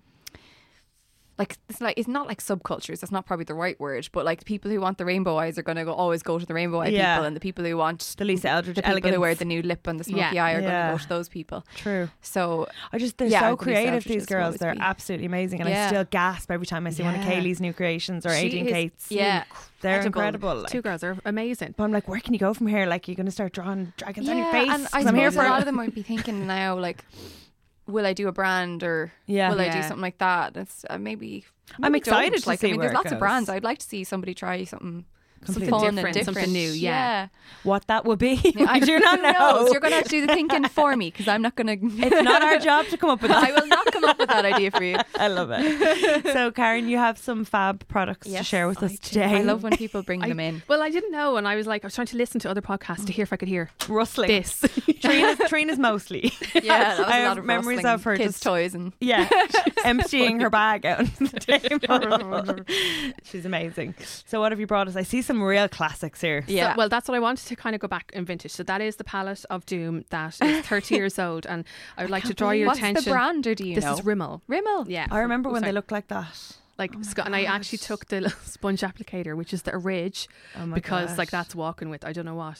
S2: like it's like it's not like subcultures. That's not probably the right word, but like the people who want the rainbow eyes are going to go, always go to the rainbow eye
S1: Yeah.
S2: people, and the people who want
S1: the Lisa Eldridge
S2: the people who wear
S1: elegance.
S2: the nude lip and the smoky
S3: Yeah.
S2: eye are
S1: Yeah.
S2: going to go to those people.
S1: True.
S2: So
S1: I just they're
S2: Yeah,
S1: so
S2: I'd be so
S1: creative.
S2: interested
S1: These
S2: as well,
S1: girls,
S2: would
S1: they're
S2: be.
S1: absolutely amazing, and I
S2: Yeah.
S1: still gasp every time I see one of
S3: Yeah.
S1: Kaylee's new creations or
S3: She
S1: Aideen
S3: is
S1: Kate's.
S2: yeah,
S1: They're
S3: incredible.
S1: incredible.
S3: Two
S1: Like,
S3: girls are amazing.
S1: but I'm like, where can you go from here? Like, you're going to start drawing dragons on your face.
S2: and
S1: 'Cause
S2: I
S1: I'm here
S2: suppose
S1: for
S2: a lot
S1: it.
S2: of them might
S1: (laughs)
S2: be thinking now like. Will I do a brand or
S1: Yeah.
S2: will I do
S3: Yeah.
S2: something like that? That's uh, maybe,
S1: I'm
S2: maybe
S1: excited
S2: don't.
S1: to
S2: like,
S1: see
S2: I mean,
S1: where
S2: there's
S1: it
S2: lots
S1: goes.
S2: of brands. I'd like to see somebody try something
S1: Completely
S2: something fun
S3: different,
S2: and
S3: something
S2: different.
S3: new, yeah.
S1: What that will
S2: (laughs)
S1: be, (laughs) I do
S2: who
S1: not know.
S2: knows? You're going to have to do the thinking for me because I'm not (laughs) going to.
S1: (laughs) it's not our job to come up with that.
S2: (laughs) I will not come up with that idea for you.
S1: I love it. So, Karen, you have some fab products to
S2: (laughs) Yes,
S1: share with
S2: I
S1: us
S2: do.
S1: today.
S2: (laughs) I love when people bring
S3: I-
S2: them in.
S3: Well, I didn't know, and I was like, I was trying to listen to other podcasts to hear if I could hear
S1: rustling.
S3: this. (laughs)
S1: (laughs) Trina's, Trina's (laughs) mostly.
S2: Yeah, that was
S1: I
S2: a lot
S1: have
S2: of
S1: memories
S2: rustling
S1: of her
S2: kids'
S1: just-
S2: toys and
S1: (laughs) Yeah, emptying her bag (laughs) out on the table. (laughs) She's amazing. So, what have you brought us? I see some real classics here.
S3: So-
S2: yeah.
S3: well, that's what I wanted to kind of go back in vintage. So that is the palette of doom that is 30 years old, and I would like to draw your
S2: what's
S3: attention.
S2: the brand or do you
S3: this
S2: know?
S3: is Rimmel.
S2: Rimmel.
S3: Yeah,
S1: I remember
S3: from-
S1: when
S3: sorry.
S1: they looked like that.
S3: like sc- and I actually took the little sponge applicator, which is the ridge,
S1: Oh my
S3: because
S1: gosh.
S3: like that's walking with I don't know what.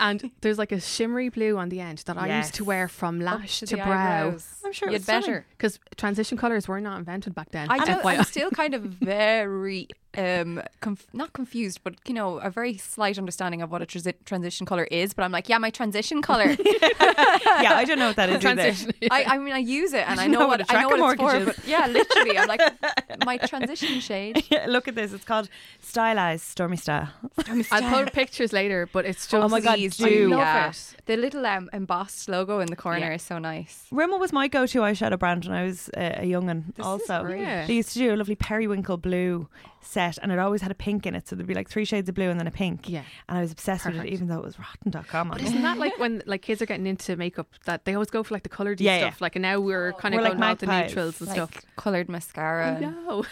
S3: and there's like a shimmery blue on the end that I used to
S1: Yes.
S3: wear from lash
S2: to,
S3: to,
S2: Oh, the
S3: brow
S2: eyebrows.
S1: I'm sure it
S2: you'd
S1: was stunning.
S2: better.
S3: because transition colors were not invented back then.
S2: I don't,
S3: FYI.
S2: I'm still kind (laughs) of very um conf- not confused, but you know, a very slight understanding of what a transi- transition color is. But I'm like, yeah, my transition (laughs) color.
S1: (laughs) Yeah, I don't know what that is
S3: Transition.
S1: either.
S2: I, I mean, I use it and I
S1: You
S2: know,
S1: know
S2: what
S1: what a
S2: I know
S1: tracker
S2: what it's for.
S1: mortgage is.
S2: But yeah, literally, I'm
S1: (laughs)
S2: like my transition shade.
S1: Yeah, (laughs) look at this. It's called Stylized Stormy Style. (laughs)
S3: I'll put pictures later, but it's
S1: (laughs)
S3: just
S1: Oh my God,
S3: Please
S1: do. I
S3: love
S2: Yeah.
S3: it.
S2: The little um, embossed logo in the corner
S3: Yeah.
S2: is so nice.
S1: Rimmel was my go-to eyeshadow brand when I was uh, a young'un. Also,
S2: great.
S1: they used to do a lovely periwinkle blue set and it always had a pink in it. So there'd be like three shades of blue and then a pink.
S3: Yeah.
S1: And I was obsessed with it,
S3: Perfect.
S1: even though it was rotten.com.
S3: But
S1: on it.
S3: isn't that like when like kids are getting into makeup that they always go for like the colored
S1: Yeah,
S3: stuff?
S1: yeah.
S3: Like and now we're kind of
S1: We're like uh,
S3: going out the
S1: magpies.
S3: neutrals and
S2: like
S3: stuff.
S2: coloured
S1: Oh,
S3: I
S1: (laughs)
S2: mascara.
S3: know.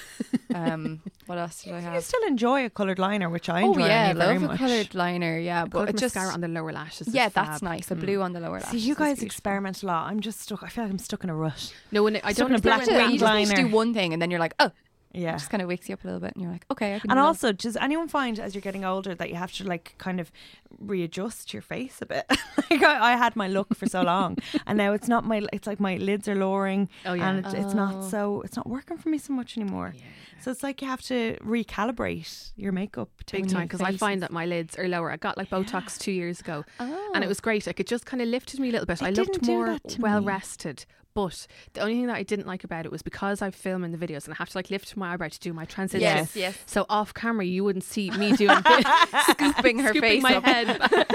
S2: and, um, what else did I
S1: You
S2: have?
S1: still enjoy a coloured liner, which I
S2: Oh
S1: enjoy
S2: yeah,
S1: very
S2: love a
S1: much.
S2: coloured liner. Yeah, but
S3: Coloured
S2: it just
S3: mascara on the lower lashes. is
S2: yeah,
S3: fab.
S2: that's nice. A blue on the lower lash.
S1: Mm. See, you guys experiment a lot. I'm just stuck. I feel like I'm stuck in a rut.
S3: No, when it, I
S1: Stuck in
S3: don't
S1: a
S3: know
S1: black
S3: when-
S1: wig.
S2: you just need to do
S1: liner.
S2: one thing, and then you're like, oh, it
S1: Yeah.
S2: just kind of wakes you up a little bit, and you're like, okay, I can.
S1: And
S2: do that.
S1: also, does anyone find as you're getting older that you have to like kind of readjust your face a bit? (laughs) like I, I had my look for so long, and now it's not my. It's like my lids are lowering,
S3: Oh, yeah.
S1: and it, it's
S2: Oh.
S1: not so. It's not working for me so much anymore.
S3: Yeah.
S1: So it's like you have to recalibrate your makeup to
S3: Big
S1: me.
S3: time because I
S2: faces.
S1: (laughs)
S3: find that my lids are lower. I got like Botox two years ago,
S2: oh.
S3: and it was great. Like it just kind of lifted me a little bit.
S1: It
S3: I
S1: didn't
S3: looked
S1: do
S3: more
S1: that to
S3: well
S1: me.
S3: rested. But the only thing that I didn't like about it was because I film in the videos and I have to like lift my eyebrow to do my transition.
S2: Oh. yes,
S1: Yes.
S2: yes,
S1: (laughs)
S3: So off camera, you wouldn't see me doing this,
S2: scooping her
S3: (laughs) scooping
S2: face
S3: my
S2: up.
S3: (laughs) head. back.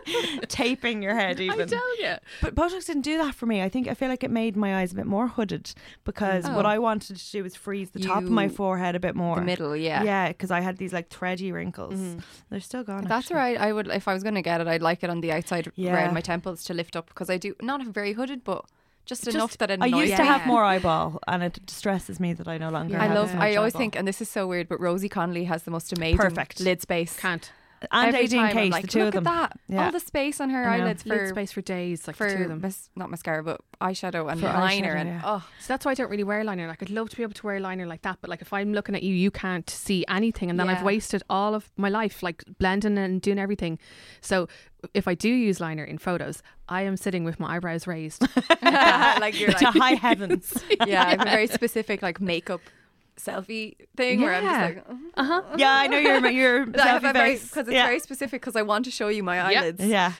S2: (laughs)
S1: taping your (laughs) head
S3: I
S1: even.
S3: tell you.
S1: But Botox didn't do that for me. I think I feel like it made my eyes a bit more hooded because what
S2: Oh.
S1: I wanted to do was freeze the top of my
S2: You-
S1: forehead a bit more.
S2: The middle, yeah. Mm-hmm.
S1: Yeah, because I had these like thready wrinkles. They're still gone.
S2: That's
S1: actually.
S2: right. I would, if I was going to get it, I'd like it on the outside
S1: Yeah.
S2: around my temples to lift up because I do not very hooded, but just, enough that it
S1: I
S2: annoys
S1: used
S2: me.
S1: to
S3: Yeah.
S1: have more eyeball, and it distresses me that I no longer.
S3: Yeah.
S2: I
S1: have
S2: love.
S1: as much
S2: I always
S1: eyeball.
S2: think, and this is so weird, but Rosie Connolly has the most amazing
S1: Perfect.
S2: lid space.
S3: Can't.
S1: and
S2: uh, Every
S1: Aideen
S2: time I'm
S1: Case,
S2: like,
S1: the two
S2: look
S1: of them.
S2: at that! All
S1: Yeah.
S2: the space on her
S1: I know.
S2: eyelids
S3: Lid
S2: for
S3: space for days, like the
S2: for
S3: two of them.
S2: mas- not mascara, but eyeshadow and
S1: For
S2: liner,
S1: eyeshadow,
S2: and
S1: yeah. (laughs)
S2: oh,
S3: So that's why I don't really wear liner. Like I'd love to be able to wear liner like that, but like if I'm looking at you, you can't see anything, and then
S2: Yeah.
S3: I've wasted all of my life like blending and doing everything. So if I do use liner in photos, I am sitting with my
S2: (laughs)
S3: eyebrows raised.
S2: like
S1: (laughs)
S2: you're
S1: to
S2: like,
S1: high heavens.
S2: (laughs) yeah, I have a very specific like makeup selfie thing where I'm just
S3: Yeah.
S2: like, (laughs) mhm.
S1: yeah, I know your
S2: (laughs)
S1: your
S2: I have
S1: selfie
S2: a very
S1: face
S2: because it's
S1: yeah.
S2: very specific because I want to show you my
S3: Yeah.
S2: eyelids.
S1: (laughs) Yeah,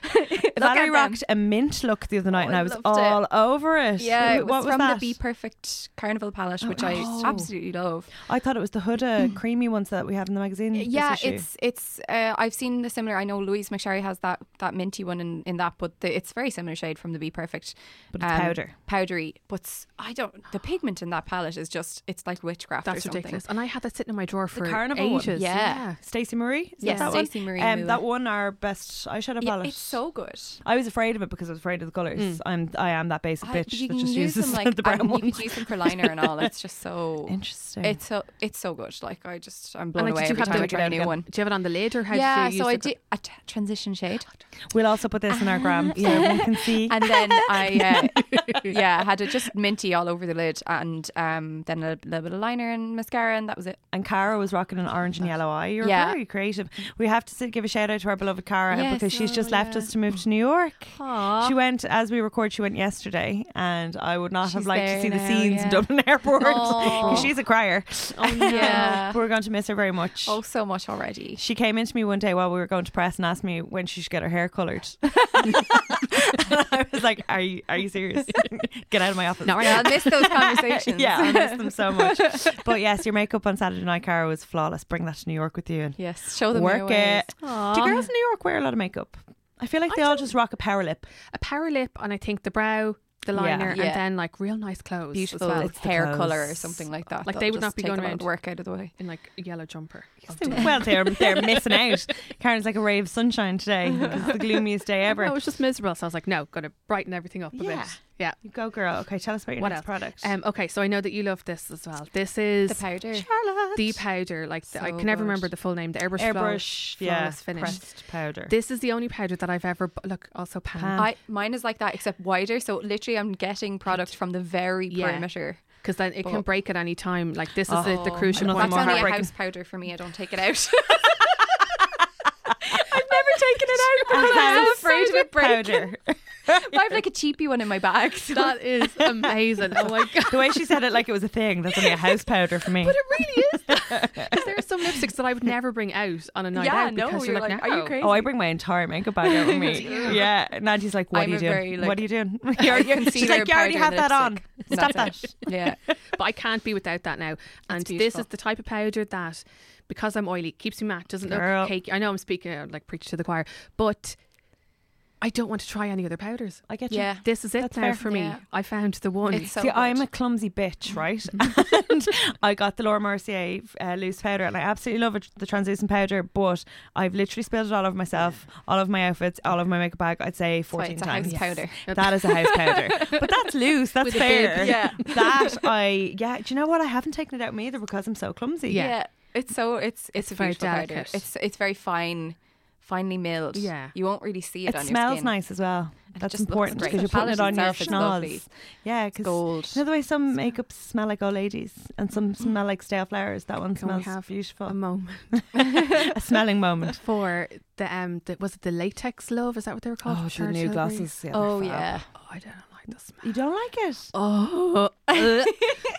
S2: at
S1: Valerie
S2: them.
S1: rocked a mint look the other night,
S2: Oh,
S1: and
S2: I
S1: I was
S2: loved it.
S1: all over it.
S2: Yeah,
S1: Wh-
S2: it was
S1: what was
S2: from
S1: that?
S2: the Be Perfect Carnival Palette, which I
S1: Oh.
S2: absolutely love.
S1: I thought it was the Huda creamy ones that we have in the magazine. this
S2: Mm. Yeah,
S1: issue.
S2: it's it's. Uh, I've seen the similar. I know Louise McSherry has that that minty one in, in that, but the, it's very similar shade from the Be Perfect.
S1: But it's powder.
S2: um, powdery. But s- I don't. The pigment in that palette is just. It's like witchcraft. or
S3: that's
S2: something.
S3: ridiculous. And I had that sitting in my drawer for
S1: carnival one.
S3: ages.
S2: Yeah.
S1: Stacey Marie. Is
S2: Yes,
S1: that
S2: Stacey
S1: one?
S2: Marie Moulin.
S1: Um, that won our best eyeshadow
S2: Yeah,
S1: palette.
S2: it's so good.
S1: I was afraid of it because I was afraid of the colours. I'm I am that basic
S2: I-
S1: bitch
S2: you
S1: that
S2: can
S1: just
S2: use
S1: uses (laughs)
S2: them like
S1: the brown
S2: and You
S1: ones.
S2: can use them for liner and all. It's just so
S1: Interesting.
S2: It's so it's so good. Like I just I'm blown
S3: And
S2: away
S3: like, did
S2: every
S3: you have
S2: time I
S3: the,
S2: try a new one.
S3: (laughs) Do you have it on the lid or how
S2: yeah,
S3: did you
S2: so I
S3: use
S2: did
S3: it?
S2: a t- transition shade,
S1: we'll also put this in our
S2: (laughs)
S1: gram so everyone can see.
S2: and then I uh, (laughs) yeah I had it just minty all over the lid, and um, then a little bit of liner and mascara, and that was it.
S1: And Cara was rocking an orange and yellow eye. You're
S2: Yeah.
S1: very creative. We have to say- give a shout out to our beloved Cara
S2: Yes,
S1: because she's
S2: oh,
S1: just left
S2: yeah.
S1: us to move to New York.
S2: Aww.
S1: She went as we record. She went yesterday, and I would not
S2: She's
S1: have liked
S2: there
S1: to see
S2: now,
S1: the scenes
S2: yeah.
S1: in Dublin (laughs) Airport
S2: Aw.
S1: because she's a crier.
S3: Oh, no.
S2: Yeah.
S3: (laughs)
S1: But we're going to miss her very much.
S2: Oh, so much already.
S1: She came into me one day while we were going to press and asked me when she should get her hair
S2: (laughs)
S1: coloured. (laughs) and I was like, "Are you are you serious? (laughs) get out of my office."
S2: (laughs)
S3: Not right
S2: Yeah, I
S3: now.
S2: miss those conversations.
S1: yeah, I miss them so much. But yes, your makeup on Saturday night, Cara, was flawless. Bring that to New York with you and
S2: (laughs) Yes, show them your
S1: work
S2: ways.
S1: it. Do girls in New York wear a lot of makeup? I feel like they all just rock a power lip.
S3: A power lip and I think the brow, the
S1: Yeah.
S3: liner,
S2: Yeah.
S3: and then like real nice clothes.
S2: Beautiful
S3: As well.
S1: It's the
S2: hair
S1: clothes.
S2: color or something like that.
S3: Like,
S2: That'll
S3: they would not
S2: just
S3: be
S2: take
S3: going
S2: a lot of
S3: around.
S2: work out of the way.
S3: In like a yellow jumper.
S1: Well, they're
S2: (laughs)
S1: they're missing out. Karen's like a ray of sunshine today. It's the gloomiest
S2: (laughs)
S1: day
S3: No, it
S1: ever.
S3: was just miserable. So I was like, no, got to brighten everything up a
S1: Yeah.
S3: bit. Yeah.
S1: You go, girl. Okay, tell us about your
S3: What
S1: next
S3: else?
S1: product.
S3: Um, okay, so I know that you love this as well. This is
S2: The powder.
S1: Charlotte.
S3: the powder. Like the, I
S2: So
S3: can never
S2: good.
S3: remember the full name. The airbrush, Flow-
S1: airbrush, yeah,
S3: flawless finish.
S1: pressed powder. (laughs)
S3: This is the only powder that I've ever bu- look. Also pan
S2: I mine is like that except wider. So literally, I'm getting product from the very
S3: Yeah.
S2: perimeter.
S3: because then it
S2: But-
S3: can break at any time. Like this is the, the
S2: Oh,
S3: crucial
S1: I love
S3: point.
S2: That's
S1: more
S2: only a
S1: heartbreaking.
S2: house powder for me. I don't take it (laughs) out. I've never taken it out
S1: A
S2: because I'm so
S1: house
S2: afraid of it breaking.
S1: powder.
S2: I have like a cheapy one in my bag. So
S3: that is
S2: (laughs)
S3: amazing. Oh my god.
S1: the way she said it, like it was a thing. That's only a house powder for me.
S3: But it really is.
S2: (laughs)
S3: Because there are some lipsticks that I would never bring out on a night
S2: Yeah,
S3: out
S2: no,
S3: because you're,
S2: you're
S3: like,
S2: like, are you
S3: no.
S2: crazy?
S1: Oh, I bring my entire makeup bag out with
S2: (laughs)
S1: me. yeah, Nancy's like, "What are
S2: I'm a
S1: you doing?
S2: very, like,
S1: what are you
S2: (laughs)
S1: doing? (laughs) You're, you're, she's
S2: concealer,
S1: like, you already
S2: powder,
S1: have
S2: and
S1: that on.
S2: lipstick. And
S1: Stop
S2: that's
S1: that."
S2: it. yeah.
S3: But I can't be without that now. And this
S2: beautiful.
S3: is the type of powder that, because I'm uh, oily, keeps me matte, doesn't
S1: Girl.
S3: look cakey. I know I'm speaking out like preach to the choir, but I don't want to try any other powders.
S1: I get you.
S2: Yeah.
S3: This is it
S1: That's
S3: now
S1: fair.
S3: for me.
S2: Yeah.
S3: I found the one.
S2: It's so
S1: See, I'm
S2: good.
S1: a
S2: Mm.
S1: clumsy bitch,
S2: (laughs)
S1: right? and (laughs) I got the Laura Mercier uh, loose powder, and I absolutely love it, the translucent powder. But I've literally spilled it all over myself, all of my outfits, all of my makeup bag. I'd say
S2: That's why
S1: 14
S2: it's a
S1: times.
S2: house powder.
S1: That is a house
S2: (laughs)
S1: powder, but that's loose. That's
S2: With a bib,
S1: fair.
S2: yeah. (laughs)
S1: that I yeah. Do you know what? I haven't taken it out me either because I'm so clumsy.
S3: Yeah.
S2: It's so it's it's, a
S3: very
S2: beautiful powder.
S3: delicate.
S2: It's it's very fine, finely milled.
S3: Yeah.
S2: You won't really see it,
S1: It
S2: on your
S1: smells
S2: skin.
S1: nice as well.
S2: And it
S1: That's
S2: just looks
S1: important
S2: great.
S1: because you're
S2: The
S1: putting it on
S2: palette
S1: your
S2: itself is lovely.
S1: schnoz. Yeah,
S2: It's
S1: because
S2: gold.
S1: you know the way some makeups smell like old ladies and
S2: Mm.
S1: some smell like stale flowers. That one
S3: Can we
S1: smells
S3: have
S1: beautiful.
S3: (laughs) a moment
S1: a smelling
S2: (laughs)
S1: moment.
S3: for the um, the, was it the latex love? Is that what they were called? Charlotte Tilbury?
S2: oh yeah.
S3: Oh, I don't like the smell.
S1: You don't like it?
S2: (laughs)
S3: Oh, uh,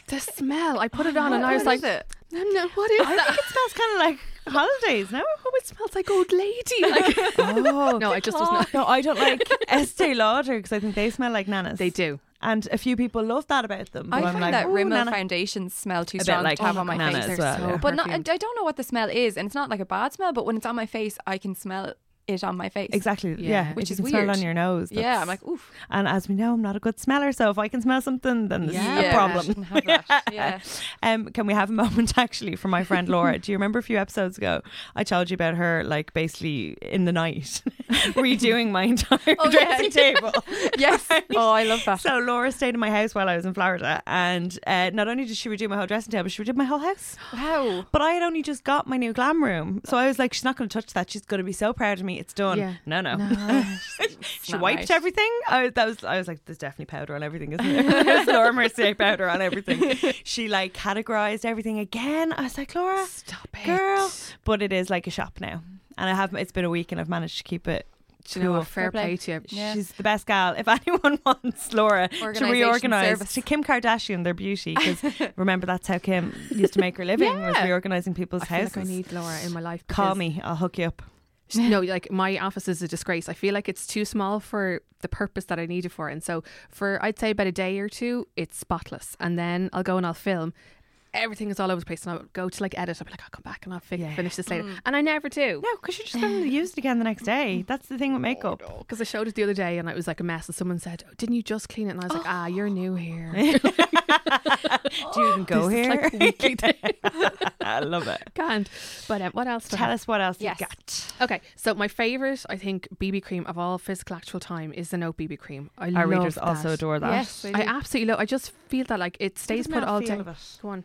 S3: the smell!
S2: (gasps)
S3: I put it on and I was
S2: What is
S3: like,
S2: it?
S3: "No, no, what is
S1: I think
S3: that? (laughs)
S1: it smells kind of like holidays, no?
S3: Oh, it smells like old lady." (laughs)
S2: (laughs)
S3: Like,
S1: Oh,
S3: no, I just was not.
S1: No, I don't like Estee Lauder because I think they smell like nanas.
S3: They do.
S1: And a few people love that about them.
S2: I
S1: but I'm
S2: find
S1: like,
S2: that
S1: "Ooh,
S2: Rimmel
S1: nana."
S2: foundations smell too
S1: bit
S2: strong
S1: like
S2: to have on my
S1: Havana
S2: face.
S1: as
S3: They're
S1: well,
S3: so
S1: yeah.
S2: But not, I
S3: perfumed.
S2: don't know what the smell is, and it's not like a bad smell. But when it's on my face, I can smell it on my face.
S1: Exactly. Yeah.
S3: Yeah.
S1: if
S2: Which
S1: you
S2: is
S1: can smell it
S2: weird.
S1: on your nose.
S2: Yeah,
S1: that's-
S2: I'm like, oof,
S1: And as we know, I'm not a good smeller, so if I can smell something, then this
S3: Yeah.
S1: is a
S3: Yeah.
S1: problem.
S2: Can
S1: (laughs)
S2: have that. Yeah.
S1: Um, can we have a (laughs) moment actually for my friend Laura? Do you remember a few episodes ago I told you about her like basically in the night (laughs) redoing my entire
S2: Oh, yeah.
S1: dressing
S2: (laughs)
S1: table? (laughs)
S2: yes. Oh, I love that.
S1: So Laura stayed in my house while I was in Florida, and uh, not only did she redo my whole dressing table, she redid my whole house.
S2: wow.
S1: But I had only just got my new glam room, so I was like, "She's not going to touch that. She's going to be so proud of me. It's done."
S3: Yeah.
S1: No, no.
S2: (laughs)
S1: she
S2: not
S1: wiped
S2: right.
S1: everything. I, that was. I was like, "There's definitely powder on everything, isn't there?" (laughs) There's Laura Mercier powder on
S2: (laughs)
S1: everything. She like categorized everything again. I was like, "Laura,
S3: Stop it,
S1: girl," but it is like a shop now, and I have. It's been a week, and I've managed to keep it.
S3: Do you know
S1: cool.
S3: what? Fair
S2: Fair play.
S3: play to you.
S2: Yeah.
S1: She's the best gal. If (laughs) anyone wants Laura to
S2: Organisation
S1: reorganize
S2: service.
S1: to Kim Kardashian their beauty, (laughs) because remember that's how Kim used to make her living was
S2: Yeah.
S1: reorganizing people's
S3: I feel
S1: houses.
S3: like I need Laura in my life.
S1: Call
S3: because-
S1: me, I'll hook you up.
S3: (laughs) No, like my office is a disgrace. I feel like it's too small for the purpose that I need it for. And so for I'd say about a day or two, it's spotless. And then I'll go and I'll film. Everything is all over the place, and I'll go to like edit. I'll be like, I'll come back and I'll fi-
S1: Yeah.
S3: finish this later, and I never do.
S1: No, because you're just going to use it again the next day. (laughs) That's the thing with
S3: (laughs)
S1: makeup.
S3: Because I showed it the other day and it was like a mess, and someone said, oh, "Didn't you just clean it?" And I was like, "Ah, you're
S1: (laughs)
S3: new here.
S1: (laughs)
S3: (laughs)
S1: Do you even go
S3: This is
S1: here?
S3: like a weekly thing.
S1: (laughs) I love it.
S3: Can't." But um, what else? do I have?
S1: Tell us what else
S2: Yes.
S1: you got.
S3: Okay, so my favorite, I think, BB cream of all physical actual time is the Note BB cream. I
S1: Our
S3: love
S1: readers
S3: that.
S1: also adore that.
S2: Yes.
S3: I absolutely love. I just feel that like it stays put all day. Go on.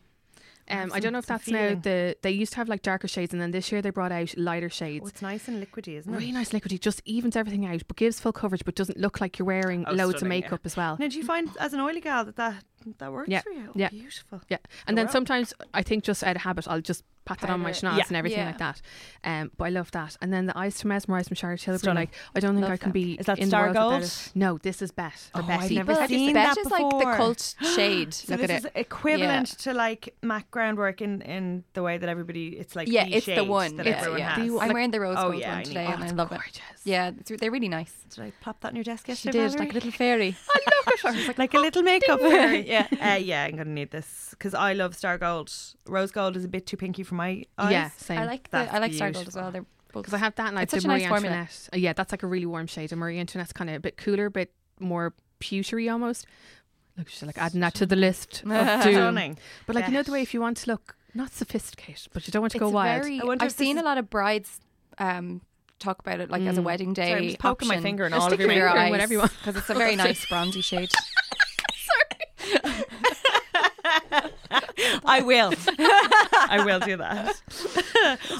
S3: Um, I
S1: some-
S3: don't know if
S1: some
S3: that's now
S1: feeling.
S3: the they used to have like darker shades, and then this year they brought out lighter shades.
S1: it's nice and liquidy, isn't it?
S3: Really nice liquidy, just evens everything out, but gives full coverage, but doesn't look like you're wearing
S1: Oh,
S3: loads
S1: stunning, yeah.
S3: of makeup as well.
S1: Now, do you find as an oily gal that that, that works
S3: Yeah,
S1: for you?
S3: yeah.
S1: Beautiful.
S3: Yeah, and
S1: Oh,
S3: then
S1: wow.
S3: sometimes I think just out of habit, I'll just pat that on my
S2: Powder.
S3: schnoz
S1: Yeah.
S3: and everything
S2: Yeah.
S3: like that. Um, but I love that. And then the eyes to mesmerize from Charlotte Tilbury.
S1: Stunning.
S3: Like I don't think
S2: Love
S3: I can
S2: that.
S3: be
S1: Is that
S3: in
S1: Star
S3: the world
S1: Gold?
S3: without it. No, this is Bet or
S1: Oh, I've
S3: Betty.
S1: never
S2: Well,
S1: seen that
S2: that's just like the
S1: before. (gasps)
S2: cult shade.
S1: So
S2: Look
S1: this
S2: at
S1: is
S2: it.
S1: equivalent to like Mac groundwork in in the way that everybody it's like
S2: yeah,
S1: the
S2: it's the
S1: shade
S2: one.
S1: that
S2: yeah,
S1: everyone
S2: yeah.
S1: has.
S2: I'm
S1: Like,
S2: wearing the rose
S1: oh,
S2: gold
S1: yeah, I
S2: one
S1: need
S2: today,
S1: that.
S2: and I love it.
S3: Gorgeous.
S2: Yeah, it's, they're really nice.
S1: did I plop that on your desk
S2: She
S1: yesterday?
S2: did
S1: Valerie?
S2: like a little fairy.
S1: I love it. like a little
S2: (laughs)
S1: makeup fairy. Yeah, uh, yeah. I'm gonna need this because I love star gold. Rose gold is a bit too pinky for my eyes.
S3: Yeah,
S2: (laughs)
S3: same.
S2: I like the
S1: That's
S2: I like Star Gold as
S1: beautiful.
S2: well. They're both
S3: Because I have that and like
S2: It's
S3: the
S2: such a nice
S3: Marie
S2: formula.
S3: Antoinette. Uh, yeah, that's like a really warm shade. And Marie Antoinette's kind of a bit cooler, but more pewtery almost. Look, she's like adding that to the list of doom.
S1: stunning.
S3: But like you know the way
S1: Bet.
S3: if you want to look not sophisticated, but you don't want to
S2: it's
S3: go wild.
S2: very.
S1: I wonder
S2: I've
S1: if this
S2: seen
S1: is- Mm.
S2: a lot of brides um, talk about it like as a wedding day.
S1: Sorry, I'm just poking my
S2: option.
S1: finger in
S2: Just
S1: all of
S2: stick
S1: your
S2: your
S1: makeup.
S2: eyes,
S3: Whatever you want.
S2: because it's a
S1: (laughs)
S2: very nice bronzy shade.
S1: (laughs) I
S2: (laughs)
S1: will. I will do that.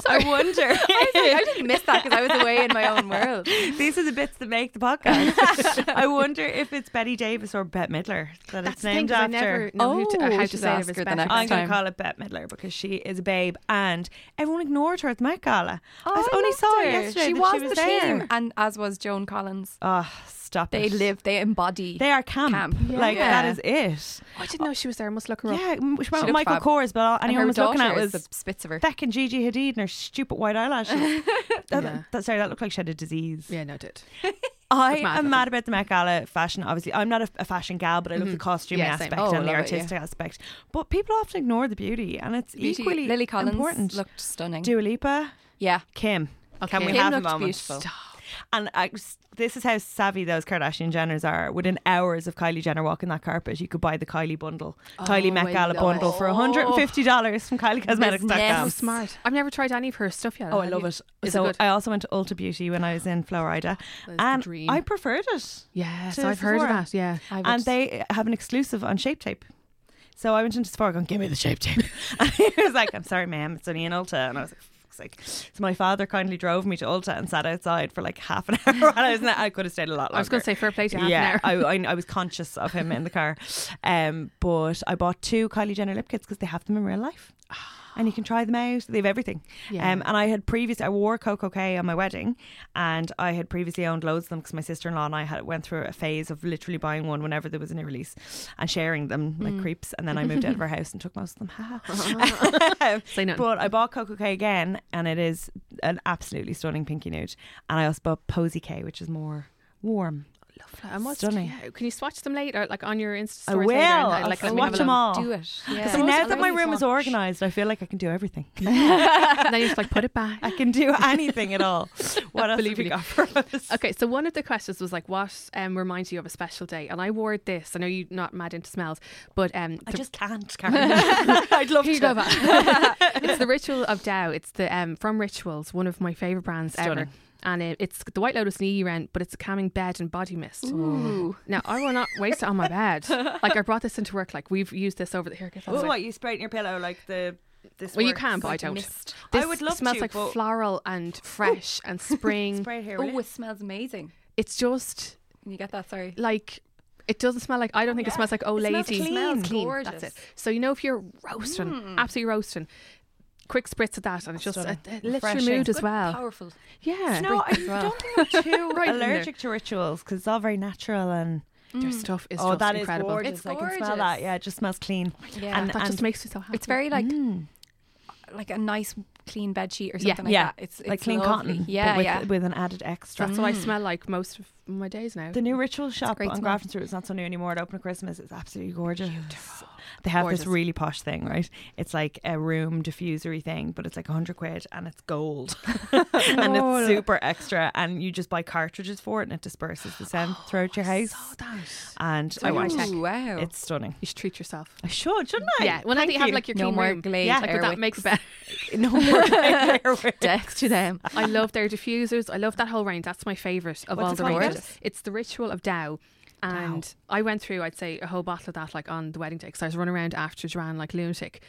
S1: I wonder.
S2: (laughs) I didn't miss that because I was away in my
S1: (laughs)
S2: own world.
S1: These are the bits that make the podcast.
S2: (laughs)
S1: I wonder if it's Betty Davis or Bette Midler that
S3: That's
S1: it's
S3: the thing,
S1: named
S3: 'cause I
S1: after.
S3: never know who to,
S2: Oh,
S3: uh, how
S2: we
S3: to
S2: should
S3: say it
S2: ask
S3: if
S2: her
S3: it's
S2: the
S3: better.
S2: next
S1: I'm going
S2: time.
S1: to call it Bette Midler because she is a babe and everyone ignored her at the Met Gala.
S2: Oh,
S1: I,
S2: I
S1: only
S2: loved
S1: saw her
S2: her.
S1: yesterday.
S2: She
S1: that
S2: was,
S1: she was
S2: the
S1: there.
S2: theme, and as was Joan Collins.
S1: Oh, stop
S2: They
S1: it.
S2: live. They embody.
S1: They are camp.
S2: Camp.
S1: Like,
S2: Yeah.
S1: that is it.
S3: Oh, I didn't know she was there. I must look her up.
S1: Yeah, m- she went
S2: looked
S1: with Michael
S2: fab.
S1: Kors, but all
S2: and
S1: anyone
S2: her
S1: was looking at
S2: daughter
S1: was
S2: is the Spitzer.
S1: Beck and Gigi Hadid and her stupid white
S2: (laughs)
S1: eyelashes. that,
S3: Yeah.
S1: that- sorry, that looked like she had a disease.
S3: Yeah, no, it did.
S1: I
S3: It's
S1: am
S3: mad, isn't
S1: mad about the Met Gala fashion. Obviously, I'm not a, a fashion gal, but I love the costume
S3: Yeah, same.
S1: aspect
S2: Oh,
S1: and the
S2: love it, Mm-hmm. yeah.
S1: artistic aspect. But people often ignore the beauty, and it's
S2: Beauty-
S1: equally
S2: Lily Collins
S1: important.
S2: looked stunning.
S1: Dua Lipa,
S2: yeah,
S1: Kim. Can we
S2: Kim
S1: have a
S2: looked
S1: moment?
S2: beautiful.
S3: Stop.
S1: And I, this is how savvy those Kardashian Jenners are. Within hours of Kylie Jenner walking that carpet, you could buy the Kylie bundle, Kylie Met
S2: Oh, I
S1: Gala
S2: love
S1: bundle
S2: it.
S1: for $150 from
S2: Business.
S1: KylieCosmetics.com.
S3: Smart. I've never tried any of her stuff yet.
S1: Oh, I
S3: Have
S1: love
S3: you?
S1: it.
S3: Is
S1: so
S3: it good?
S1: I also went to Ulta Beauty when I was in Florida,
S3: the
S1: and
S3: dream.
S1: I preferred it.
S3: yes,
S1: to
S3: I've heard of
S1: Sephora.
S3: that. Yeah.
S2: I would
S1: And they have an exclusive on Shape Tape. So I went into Sephora going, "Give me the Shape Tape," (laughs) and he was like, "I'm sorry, ma'am, it's only in Ulta," and I was like. "Fuck's sake." So my father kindly drove me to Ulta and sat outside for like half an (laughs) hour. And I was not, I could have stayed a lot longer.
S3: I was going to say fair play to half an
S1: yeah,
S3: hour.
S1: I, I, I was conscious of him in the car. Um, but I bought two Kylie Jenner lip kits because they have them in real life. And you can try them out. They have everything.
S3: Yeah.
S1: Um, and I had previously, I wore Coco K on my wedding, and I had previously owned loads of them because my sister in law and I had went through a phase of literally buying one whenever there was a new release and sharing them
S3: Mm.
S1: like creeps. And then I moved out of her house and took most of them. (laughs) Ha ha.
S3: (laughs) Say nothing.
S1: But I bought Coco K again, and it is an absolutely stunning pinky nude. And I also bought Posy K, which is more warm.
S3: Lovely. I must,
S1: Stunning.
S3: yeah. Can you swatch them later, like on your Insta
S1: I
S3: stories? later and,
S1: will.
S3: uh,
S1: I'll
S3: Like, let me
S1: swatch
S3: have a
S1: them
S3: look.
S1: all.
S2: do it. Yeah.
S1: See,
S3: most-
S1: now
S3: I
S1: that
S3: love
S1: my
S3: these
S1: room is
S3: watch.
S1: organised, I feel like I can do
S3: (laughs)
S1: everything. (laughs)
S3: And then you just like put it back.
S1: I can do anything at
S3: (laughs)
S1: all. What else have
S3: Believe
S1: you
S3: me.
S1: got for us?
S3: Okay, so one of the questions was like, what um, reminds you of a special day? And I wore this. I know you're not mad into smells, but um,
S1: I (laughs)
S3: the-
S1: just can't, Karen. I'd love to.
S3: it's the ritual of Dow. It's the um, from Rituals, one of my favorite brands ever.
S1: Stunning.
S3: And it, it's the White Lotus knee rent, but it's a calming bed and body mist.
S2: Ooh.
S3: Now I will not waste it on my bed. Like I brought this into work. Like we've used this over the here. get that
S1: Oh,
S3: away.
S1: what you spray it in your pillow like the this?
S3: Well, you
S1: works.
S3: can, but I
S2: Like
S3: don't.
S2: mist.
S1: I
S3: This
S1: would love
S3: smells
S1: to,
S3: like
S1: but-
S3: floral and fresh and
S1: (laughs)
S3: spring.
S1: spray it here. will
S2: Oh,
S1: you?
S2: it smells amazing.
S3: it's just
S2: Can you get that? Sorry.
S3: like it doesn't smell like I don't think it smells like oh
S1: It smells
S3: lady.
S1: clean. Hmm.
S2: Smells
S3: That's it.
S2: gorgeous.
S3: So you know if you're roasting, absolutely roasting, quick spritz of that, and it's just
S1: Stunning.
S3: it, it lifts your
S1: Refreshing.
S3: mood as well.
S2: Powerful.
S3: Yeah,
S1: No, I
S2: well.
S1: don't
S3: (laughs)
S1: think I'm too
S3: Right in there.
S1: allergic to rituals because it's all very natural and
S3: their stuff is
S1: oh,
S3: just
S1: that is
S3: incredible.
S1: gorgeous.
S2: It's
S1: I can smell that.
S2: gorgeous.
S1: Yeah, it just smells clean.
S2: Yeah.
S1: And-
S3: that just makes me so happy.
S2: it's very like
S1: Mm.
S2: like a nice clean bed sheet or
S3: Yeah.
S2: something like
S1: Yeah.
S2: that. It's, it's
S1: like clean
S2: lovely.
S1: cotton.
S2: Yeah,
S1: but with,
S2: yeah.
S1: with an added extra.
S3: that's what I smell like most of my days now.
S1: Mm. The new ritual shop
S2: great
S1: on
S2: smell.
S1: Grafton Street, it's not so new anymore. It opened at Christmas. It's absolutely gorgeous. They have
S3: Gorgeous.
S1: this really posh thing, right? It's like a room diffusery thing, but it's like 100 quid and it's gold. (laughs) and
S3: Oh.
S1: it's super extra. And you just buy cartridges for it and it disperses the
S3: (gasps)
S1: scent throughout your house.
S3: Oh, that.
S1: And I
S3: really
S1: want
S3: nice.
S1: it.
S2: Ooh, wow.
S1: It's stunning.
S3: You should treat yourself.
S1: I should, shouldn't I? (laughs)
S3: Yeah, well, now that
S1: Thank
S3: you have like your
S2: no
S3: clean
S2: more
S3: room,
S2: glazed
S1: Yeah.
S3: like would that
S2: airwick. (laughs)
S3: makes better. (laughs)
S1: no more
S2: Death to (laughs) them.
S3: I love their diffusers. I love that whole range. That's my favourite of
S1: What's
S3: all
S1: it
S3: the
S1: called
S3: ranges.
S1: again?
S3: It's the ritual of Dow. And I went through, I'd say, a whole bottle of that like on the wedding day because I was running around after Joanne like lunatic,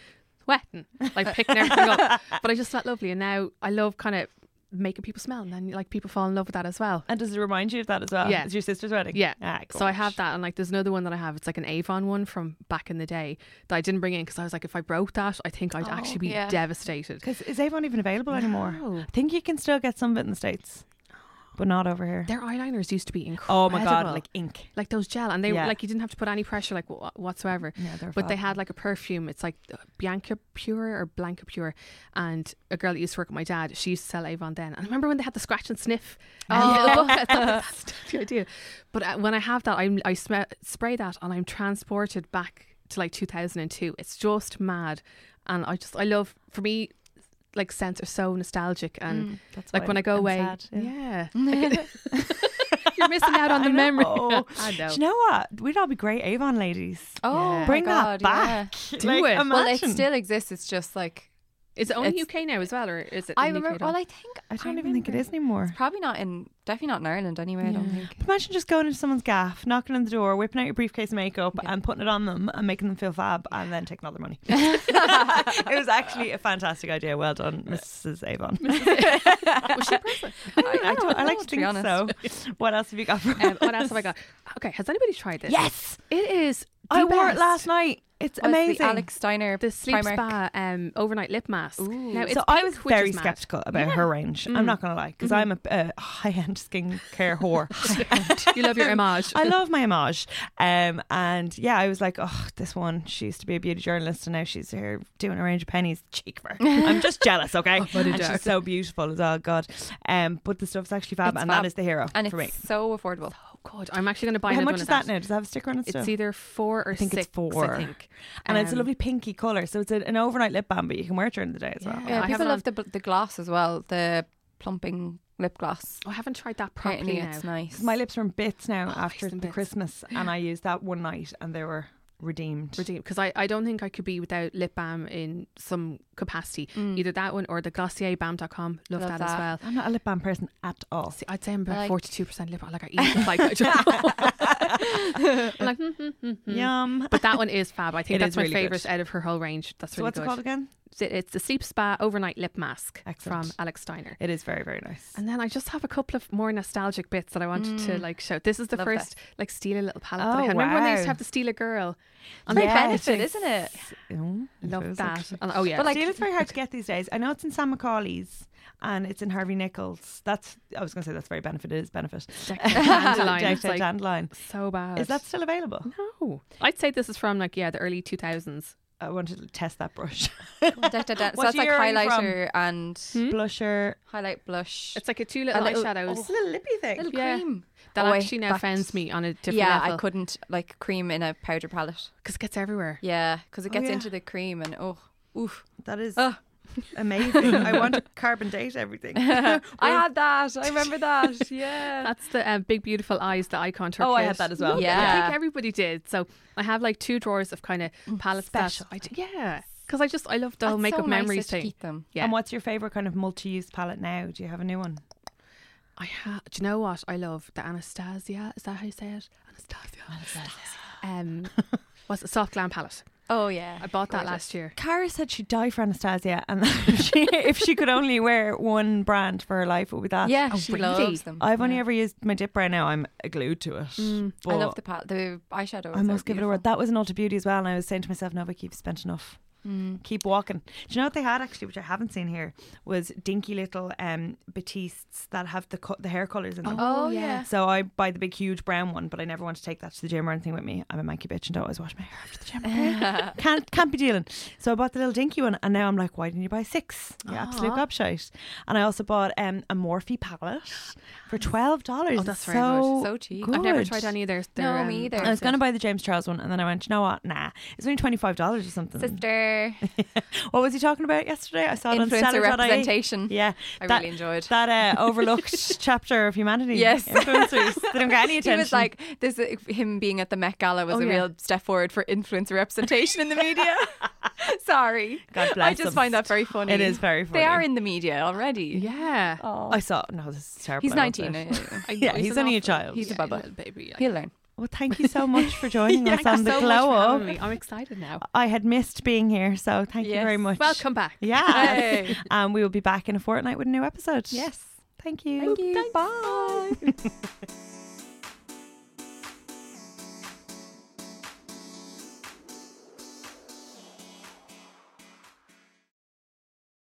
S3: sweating, like picking
S1: (laughs)
S3: everything up. But I just felt lovely. And now I love kind of making people smell and then like people fall in love with that as well.
S1: And does it remind you of that as well?
S3: Yeah.
S1: It's your sister's wedding.
S3: Yeah.
S1: Ah,
S3: So I have
S1: gosh.
S3: that, and like there's another one that I have. It's like an Avon one from back in the day that I didn't bring in because I was like, if I broke that, I think I'd
S2: Oh,
S3: actually be
S2: yeah.
S3: devastated.
S1: Because is Avon even available anymore?
S3: No.
S1: I think you can still get some of it in the States, but not over here.
S3: Their eyeliners used to be incredible.
S1: Oh my god, like ink.
S3: like those gel, and they
S1: Yeah.
S3: like you didn't have to put any pressure like w- whatsoever.
S1: Yeah, they're
S3: But they
S1: fab.
S3: had like a perfume. It's like uh, Bianca Pure or Blanca Pure, and a girl that used to work with my dad. She used to sell Avon then. And I remember when they had the scratch and sniff. (laughs)
S2: Oh.
S3: I thought that's the idea. But uh, when I have that, I'm, I sm- spray that, and I'm transported back to like 2002. It's just mad, and I just I love for me. Like scents are so nostalgic, and
S1: That's
S3: like
S1: why
S3: when I go
S1: I'm
S3: away,
S1: Mm. sad,
S3: yeah,
S2: Mm. (laughs)
S3: you're missing out on
S1: (laughs)
S3: the
S1: I
S3: memory.
S1: know.
S3: (laughs) I know.
S1: Do you know what? We'd all be great Avon ladies.
S3: (laughs)
S2: Oh,
S3: Yeah.
S2: my
S1: Bring
S2: God,
S1: that back.
S2: Yeah.
S1: Do
S3: it. Well,
S1: Imagine.
S2: Well, it still exists. It's just like
S3: Is it only
S2: It's-
S3: UK now as well, or is it?
S2: I
S3: in UK
S2: remember.
S3: at all?
S2: Well, I think
S1: I don't even think it is anymore.
S2: Probably not in. Definitely not in Ireland. Anyway, I don't
S3: Yeah.
S2: (laughs) think.
S1: But imagine just going into someone's gaff, knocking on the door, whipping out your briefcase of makeup and putting it on them and making them feel fab and then taking all their
S3: (laughs)
S1: money. it was actually a fantastic idea. Well
S3: (laughs)
S1: done, Mrs. Avon.
S3: Was she a person?
S1: (laughs) I, I, don't, I like
S2: know,
S1: to
S2: to be
S1: think
S3: (laughs)
S1: so. What else have you got for
S3: um, what else have I got? Okay, has anybody tried
S1: (laughs)
S3: this?
S1: Yes!
S3: it is. The
S1: I wore it
S3: best.
S1: last night. It's
S2: Oh, it's
S1: amazing.
S2: The Alex Steiner.
S3: The sleep
S2: Primark.
S3: spa um, overnight lip mask.
S2: Ooh.
S3: Now it's
S1: so I
S3: pink,
S1: was
S3: which
S1: very
S3: is Mm. mad.
S1: skeptical about her range. I'm not going to lie, because
S3: Mm-hmm.
S1: I'm a, a high-end skincare
S3: (laughs)
S1: whore.
S3: (laughs) You love
S1: (laughs)
S3: your image.
S1: I love my homage. Um, and yeah, I was like, oh, this one, she used to be a beauty journalist and now she's here doing a range of pennies. Cheek
S3: (laughs)
S1: for her. I'm just jealous, okay?
S3: what a
S1: and
S3: jerk.
S1: she's so beautiful as oh God. Um, but the stuff's actually fab
S2: It's
S1: and
S2: fab.
S1: that is the hero
S2: and
S1: for
S2: it's
S1: me.
S2: so affordable.
S3: oh god, I'm actually going to buy
S1: How
S3: another
S1: much
S3: one
S1: is that
S3: of
S1: now? Does it have a sticker on it still?
S3: It's either four or
S1: I think
S3: six.
S1: it's four.
S3: I think.
S1: and it's a
S3: um,
S1: lovely pinky colour. So it's a, an overnight lip balm, but you can wear it during the day as well.
S3: Yeah.
S2: Yeah,
S3: I have
S2: people
S3: it
S2: love the the gloss as well. The plumping lip gloss.
S3: oh, I haven't tried that properly
S2: Apparently,
S3: now.
S2: it's nice.
S1: My lips are in bits now after
S3: Oh, in
S1: the
S3: bits.
S1: Christmas, and I used that one night, and they were redeemed.
S3: redeemed because I, I don't think I could be without lip balm in some capacity.
S2: Mm.
S1: Mm.
S3: Either that one or the glossierbalm.com. Love,
S2: Love
S3: that,
S2: that.
S3: as well.
S1: I'm not a lip balm person at all.
S3: See, I'd say I'm about
S2: Like-
S3: forty two percent lip balm. Like I eat it like
S1: (laughs)
S3: I (laughs) just- (laughs) I'm like, hmm, hmm, hmm, hmm.
S1: Yum.
S3: but that one is fab. I think
S1: It
S3: that's
S1: is
S3: my
S1: really
S3: favorite
S1: good.
S3: out of her whole range. That's
S1: So
S3: really
S1: what's
S3: good.
S1: it called again?
S3: So It's the Sleep Spa Overnight Lip Mask
S1: Excellent.
S3: from Alex Steiner.
S1: It is very very nice.
S3: And then I just have a couple of more nostalgic bits that I wanted to like show. This is the
S2: Love
S3: first like steal a little palette that I
S1: Oh,
S3: had. Remember when they used
S1: wow.
S3: to have the steal a girl?
S2: It's
S3: on
S2: very
S3: the
S2: benefit,
S3: packaging?
S2: isn't it?
S1: Mm, it
S3: Love
S1: is
S3: that.
S1: actually.
S3: And, oh yeah.
S2: But, like-
S1: Steel is very hard to get these days. I know it's in Sam Macaulay's and it's in Harvey Nichols. That's I was going to say that's very benefit. It is
S3: (laughs)
S1: benefit.
S2: (laughs)
S3: Dandelion,
S1: Jack
S3: it's, like,
S1: Dandelion.
S3: so bad. Oh.
S1: Is that still available?
S3: No. I'd say this is from like, yeah, the early 2000s.
S1: I wanted to test that brush.
S2: Da, da, da. So
S1: What
S2: that's like
S1: year are you from?
S2: highlighter and
S3: Hmm?
S1: Blusher. Oh,
S2: highlight blush.
S3: It's like a two little
S2: A little-
S3: eyeshadows.
S1: a little lippy thing.
S2: little
S3: yeah.
S2: cream.
S3: That
S2: Oh, I-
S3: actually now
S2: that-
S3: offends me on a different
S2: yeah,
S3: level.
S2: I couldn't like cream in a powder palette.
S3: Because it gets everywhere.
S2: Yeah, because it gets
S1: yeah.
S2: into the cream and oh, oof.
S1: That is
S2: Oh.
S1: amazing. I want
S2: (laughs)
S1: to carbon date everything. (laughs)
S2: I had that. I (laughs) remember that. Yeah.
S3: That's the um, big beautiful eyes, the eye contour.
S1: Oh, I
S3: kit.
S1: had that as well.
S3: Love it. I
S2: Yeah.
S3: think everybody did. So I have like two drawers of kind of palettes. that
S1: special
S3: Mm, I do, yeah, because I just I love the whole
S2: That's
S3: makeup
S2: so nice
S3: memories
S2: that you
S3: thing.
S2: Keep them.
S3: Yeah,
S1: And what's your favorite kind of multi-use palette now? Do you have a new one?
S3: I ha- do you know what I love? The Anastasia. Is that how you say it? Anastasia. (laughs) Um, was it soft glam palette?
S2: Oh yeah.
S3: I bought that
S2: Gorgeous.
S3: last year.
S1: Cara said she'd die for Anastasia, and (laughs) if she, if she could only wear one brand for her life, it would be that.
S2: Yeah,
S3: Oh,
S2: she
S3: really?
S2: loves them.
S1: I've only
S2: Yeah. Mm,
S1: ever used my dip brow now. I'm glued to it.
S2: I
S1: But-
S2: love the palette. The eyeshadow.
S1: I must give it a word. That was an Ulta Beauty as well. And I was saying to myself, no, Vicky, you've spent enough. Keep walking. Do you know what they had actually, which I haven't seen here, was dinky little um, batistes that have the co- the hair colours in them.
S2: Oh,
S3: Oh,
S2: yeah.
S3: yeah.
S1: So I buy the big, huge brown one, but I never want to take that to the gym or anything with me. I'm a manky bitch and don't always wash my hair after the gym.
S2: Uh-huh. Mm.
S1: okay? can't can't be dealing. So I bought the little dinky one, and now I'm like, why didn't you buy six? You absolute gobshite. And I also bought um, a Morphe palette for twelve dollars.
S3: Oh,
S1: (laughs)
S3: that's
S1: so
S3: very
S2: (laughs)
S3: good.
S2: So cheap.
S3: I've never
S1: good.
S3: tried any of their. their
S2: No,
S3: um,
S2: me either.
S1: I was
S2: That's
S1: going to buy the James Charles one, and then I went, you know what? Nah, it's only twenty five dollars or something.
S2: Sister
S1: what was he talking about yesterday? I saw it on
S2: influencer
S1: Stellar.ie.
S2: representation.
S1: Yeah,
S2: I
S1: that,
S2: really enjoyed.
S1: that
S2: (laughs)
S1: uh, overlooked chapter of humanity.
S2: Yes.
S1: influencers. they don't get any
S2: (laughs) He
S1: attention.
S2: was like, "This him being at the Met Gala was
S1: Oh,
S2: a
S1: yeah.
S2: real step forward for influencer representation in the media." (laughs) Sorry,
S1: God
S2: I
S1: bless
S2: just
S1: them.
S2: find that very funny.
S1: It is very funny.
S2: They are in the media already. Oh.
S3: Yeah.
S1: I saw. No, this is terrible.
S2: He's eh?
S1: I love
S2: 19.
S1: it. (laughs)
S2: yeah, yeah, yeah.
S3: I know,
S1: Yeah, he's
S3: an
S1: only a
S3: awful-
S1: child.
S2: He's a
S3: yeah,
S2: bubba.
S3: little baby.
S2: He'll learn.
S1: Well, thank you so much for joining us
S3: Thank
S1: on
S3: you
S1: the
S3: so much
S1: glow
S3: for
S1: up.
S3: having me. I'm excited now.
S1: I had missed being here, so thank you
S2: Yes.
S1: very much.
S3: Welcome back.
S1: Yeah.
S2: Hey.
S1: Um, we will be back in a fortnoght with a new episode.
S2: Yes.
S1: Thank you.
S2: Thank you.
S1: Bye.